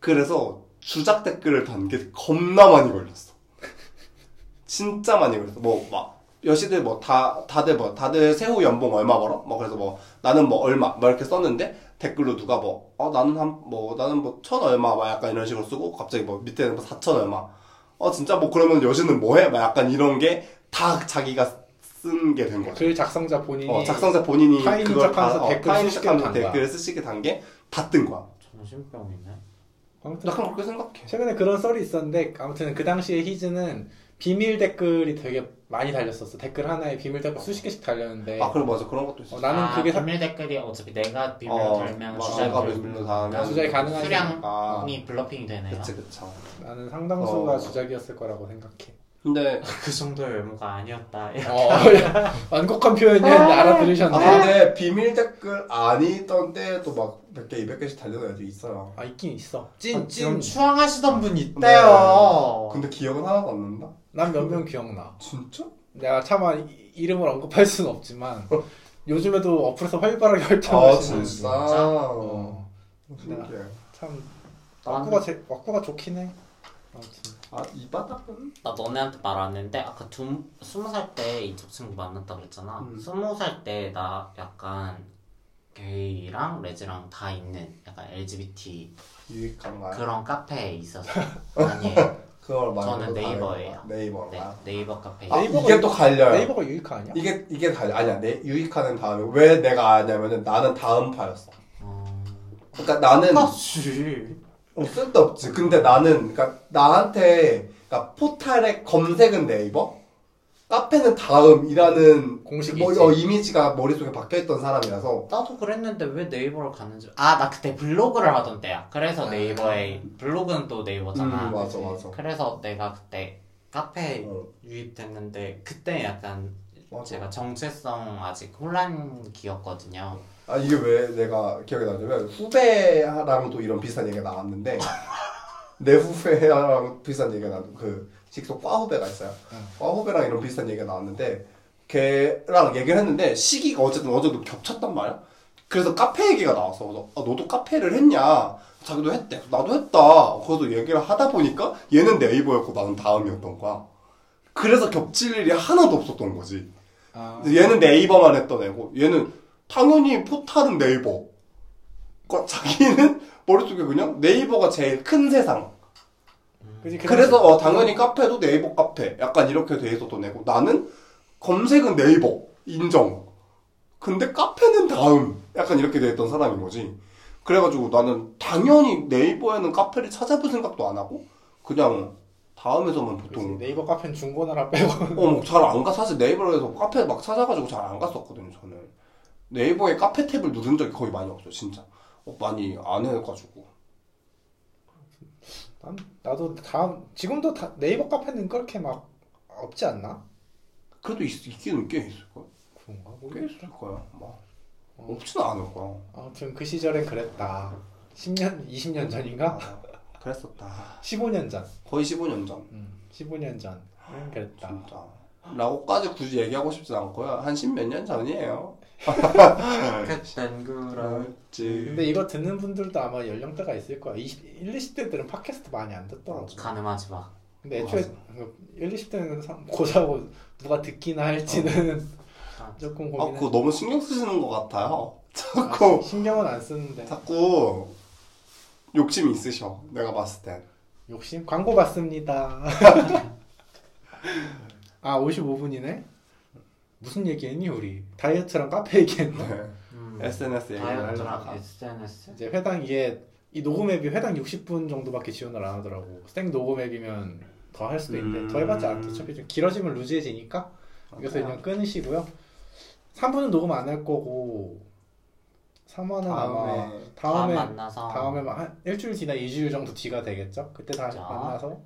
그래서 주작 댓글을 단 게 겁나 많이 걸렸어. 진짜 많이 걸렸어. 뭐 막 여시들 뭐 다 다들 뭐 다들 새우 연봉 얼마 벌어? 뭐 그래서 뭐 나는 뭐 얼마 막 이렇게 썼는데 댓글로 누가 뭐 어 나는 한 뭐 나는 뭐 천 얼마 막 약간 이런 식으로 쓰고 갑자기 뭐 밑에는 뭐 사천 얼마 어 진짜 뭐 그러면 여신은 뭐해? 막 약간 이런 게 다 자기가 쓴 게 된 거죠.
그 작성자 본인이
어, 작성자 본인이
타인
그걸
시작하면서
다 어,
댓글
타인
쓰시기로
시작하면서
한 거야.
댓글 쓰시게 단 게 다 뜬 거야.
아, 정신병이네.
아무튼
나 그럼 그렇게 생각해.
최근에 그런 썰이 있었는데 아무튼 그 당시에 히즈는 비밀 댓글이 되게 많이 달렸었어. 댓글 하나에 비밀 댓글 수십 개씩 달렸는데
아 그래 맞아 그런 것도 있어.
네. 어, 나는
아,
그게 사-
비밀 댓글이 어차피 내가 비밀로
어,
달면
맞아.
주작이
내가
될-
비밀로 달면
그러니까
주작이 가능하지.
아.
수량이 블러핑이 되네요.
그치 그치.
나는 상당수가
어.
주작이었을 거라고 생각해.
근데
그 정도의 외모가 아니었다.
어, [laughs] 완곡한 표현이었는데
아
알아들으셨네.
근데 비밀 댓글 아니던 때에도 막 몇 개 이백 개씩 달려는 애도 있어요.
아 있긴 있어.
아,
찐 찐.
지금 추앙하시던 분
네.
있대요.
근데 기억은 하나도 안 난다.
난 몇 명 기억나.
진짜?
내가 차마 이- 이름을 언급할 수는 없지만 요즘에도 어플에서 활발하게
어. 아
활동하시는
진짜.
진짜?
어,
신기해.
참
나는-
왁구가 제 왁구가 좋긴 해. 아무튼
아이 바닥은?
나 너네한테 말 안 했는데 아까 두, 스무 살 때 이쪽 친구 만났다 그랬잖아.
음.
스무 살 때 나 약간 게이랑 레즈랑 다 있는 약간 LGBT
유익한가요?
그런 카페에 있었어. 아니에요.
그걸 말고
저는
또 다른
네이버예요.
거야? 네이버인가요?
네, 네이버 카페에.
아,
아,
네이버가
이게 또 갈려요.
네이버가 유익한 아니야?
이게 이게 다 아니야 내 유익하는 다음에 왜 내가 아냐면은 나는 다음 파였어.
어... 아,
그러니까 나는
똑같이.
어, 쓸데없지. 근데 나는 그러니까 나한테 그러니까 포탈의 검색은 네이버, 카페는 다음이라는
공식이
뭐,
있지.
어, 이미지가 머릿속에 박혀있던 사람이라서
나도 그랬는데 왜 네이버를 갔는지 아 나 그때 블로그를 하던 때야 그래서
아.
네이버에 블로그는 또 네이버잖아
음, 맞아 맞아.
그래서 내가 그때 카페에
어,
유입됐는데 그때 약간
맞아.
제가 정체성 아직 혼란기였거든요.
아 이게 왜 내가 기억이 나냐면 후배랑도 이런 비슷한 얘기가 나왔는데 내 후배랑 비슷한 얘기가 나왔그 직속 과 후배가 있어요.
응.
과 후배랑 이런 비슷한 얘기가 나왔는데 걔랑 얘기를 했는데 시기가 어쨌든 어느 정도 겹쳤단 말이야. 그래서 카페 얘기가 나왔어. 그래서 아, 너도 카페를 했냐? 자기도 했대. 나도 했다. 그래서 얘기를 하다 보니까 얘는 네이버였고 나는 다음이었던 거야. 그래서 겹칠 일이 하나도 없었던 거지.
아,
얘는 네이버만 했던 애고 얘는 당연히 포탈은 네이버 그러니까 자기는 [laughs] 머릿속에 그냥 네이버가 제일 큰 세상
그지
그래서 어, 당연히 카페도 네이버 카페 약간 이렇게 돼 있었던 애고 나는 검색은 네이버 인정 근데 카페는 다음 약간 이렇게 돼 있던 사람인 거지 그래가지고 나는 당연히 네이버에는 카페를 찾아볼 생각도 안 하고 그냥 다음에서만 보통
그치, 네이버 카페는 중고나라 [laughs] 빼고
어잘안가 사실 네이버에서 카페 막 찾아가지고 잘 안 갔었거든요 저는 네이버에 카페 탭을 누른 적이 거의 많이 없어요 진짜 어, 많이 안 해가지고
난, 나도 다음 지금도 다, 네이버 카페는 그렇게 막 없지 않나?
그래도 있, 있기는 꽤 있을 거야
그런가
꽤
모르겠어.
있을 거야 막 없지는 않을 거야
아무튼 그 시절엔 그랬다. 10년, 20년 전인가?
아, 그랬었다
15년 전.
거의 15년 전
음, 15년 전. 그랬다.
아, 진짜 라고까지 굳이 얘기하고 싶진 않고요. 한 십 몇 년 전이에요. 네.
된 그런
그렇지.
근데 이거 듣는 분들도 아마 연령대가 있을 거야. 20, 1, 20대들은 팟캐스트 많이 안 듣더라고.
가늠하지 마.
근데 애초에
뭐
1, 20대는 고사고 누가 듣기나 할지는 [laughs]
아.
조금
어. 아,
고민해.
그거 너무 신경 쓰시는 것 같아요. [laughs] 자꾸,
신경은 안 쓰는데
자꾸 욕심이 있으셔. 내가 봤을 땐.
욕심 광고
[laughs]
받습니다. 아 55분이네. 무슨 얘기했니 우리 다이어트랑 카페 얘기했나?
네.
음.
SNS 얘기를
다이어트랑
하려다가.
SNS?
이제 회당 이게 이 녹음 앱이 회당 60분 정도밖에 지원을 안 하더라고. 생 녹음 앱이면 더 할 수도 있는데 더 해봤자
음.
어차피 좀 길어지면 루즈해지니까 그래서 그냥 끊으시고요. 3분은 녹음 안 할 거고 3화는 아마
다음에.
다음
다음에
만나서
다음에 막한 일주일 뒤나 2주일 정도 뒤가 되겠죠? 그때 다시
자.
만나서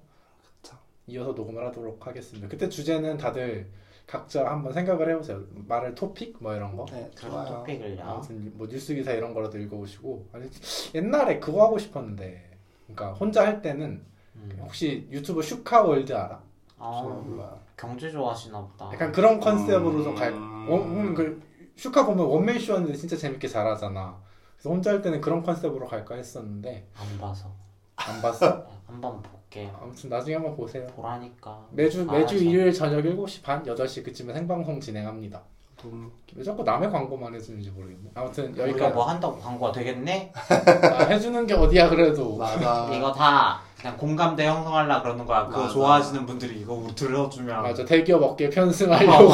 그쵸.
이어서 녹음을 하도록 하겠습니다. 그때 주제는 다들 각자 한번 생각을 해보세요. 말할 토픽 뭐 이런 거.
네,
그런
좋아요.
토픽을요.
아무튼 뭐 뉴스 기사 이런 거라도 읽어보시고 아니 옛날에 그거 하고 싶었는데 그러니까 혼자 할 때는
음.
혹시 유튜브 슈카 월드 알아?
아,
몰라요.
경제 좋아하시나 보다.
약간 그런 음. 컨셉으로 좀 갈.
음.
어, 음, 그 슈카 보면 원맨 쇼였는데 진짜 재밌게 잘하잖아. 그래서 혼자 할 때는 그런 컨셉으로 갈까 했었는데
안 봐서
안 봤어. [laughs]
한번 볼게.
아무튼 나중에 한번 보세요.
보라니까.
매주
알아서.
매주 일요일 저녁 7시 반 8시 그쯤에 생방송 진행합니다.
음.
왜 자꾸 남의 광고만 해주는지 모르겠네. 아무튼
우리가
여기까지
뭐 한다고 광고가 되겠네?
아, 해주는 게 어디야
음.
그래도
맞아.
이거 다 그냥 공감대 형성하려 그러는 거야. 그거
맞아.
좋아하시는 분들이 이거 우리 들어주면
맞아 대기업 어깨 편승하려고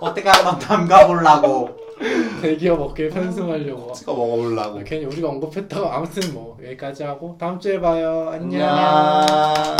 어떻게 한번 담가보려고.
[laughs] 대기업 어깨 편승하려고
찍어 먹어보려고.
괜히 우리가 언급했다고 아무튼 뭐 여기까지 하고 다음 주에 봐요 안녕.
안녕.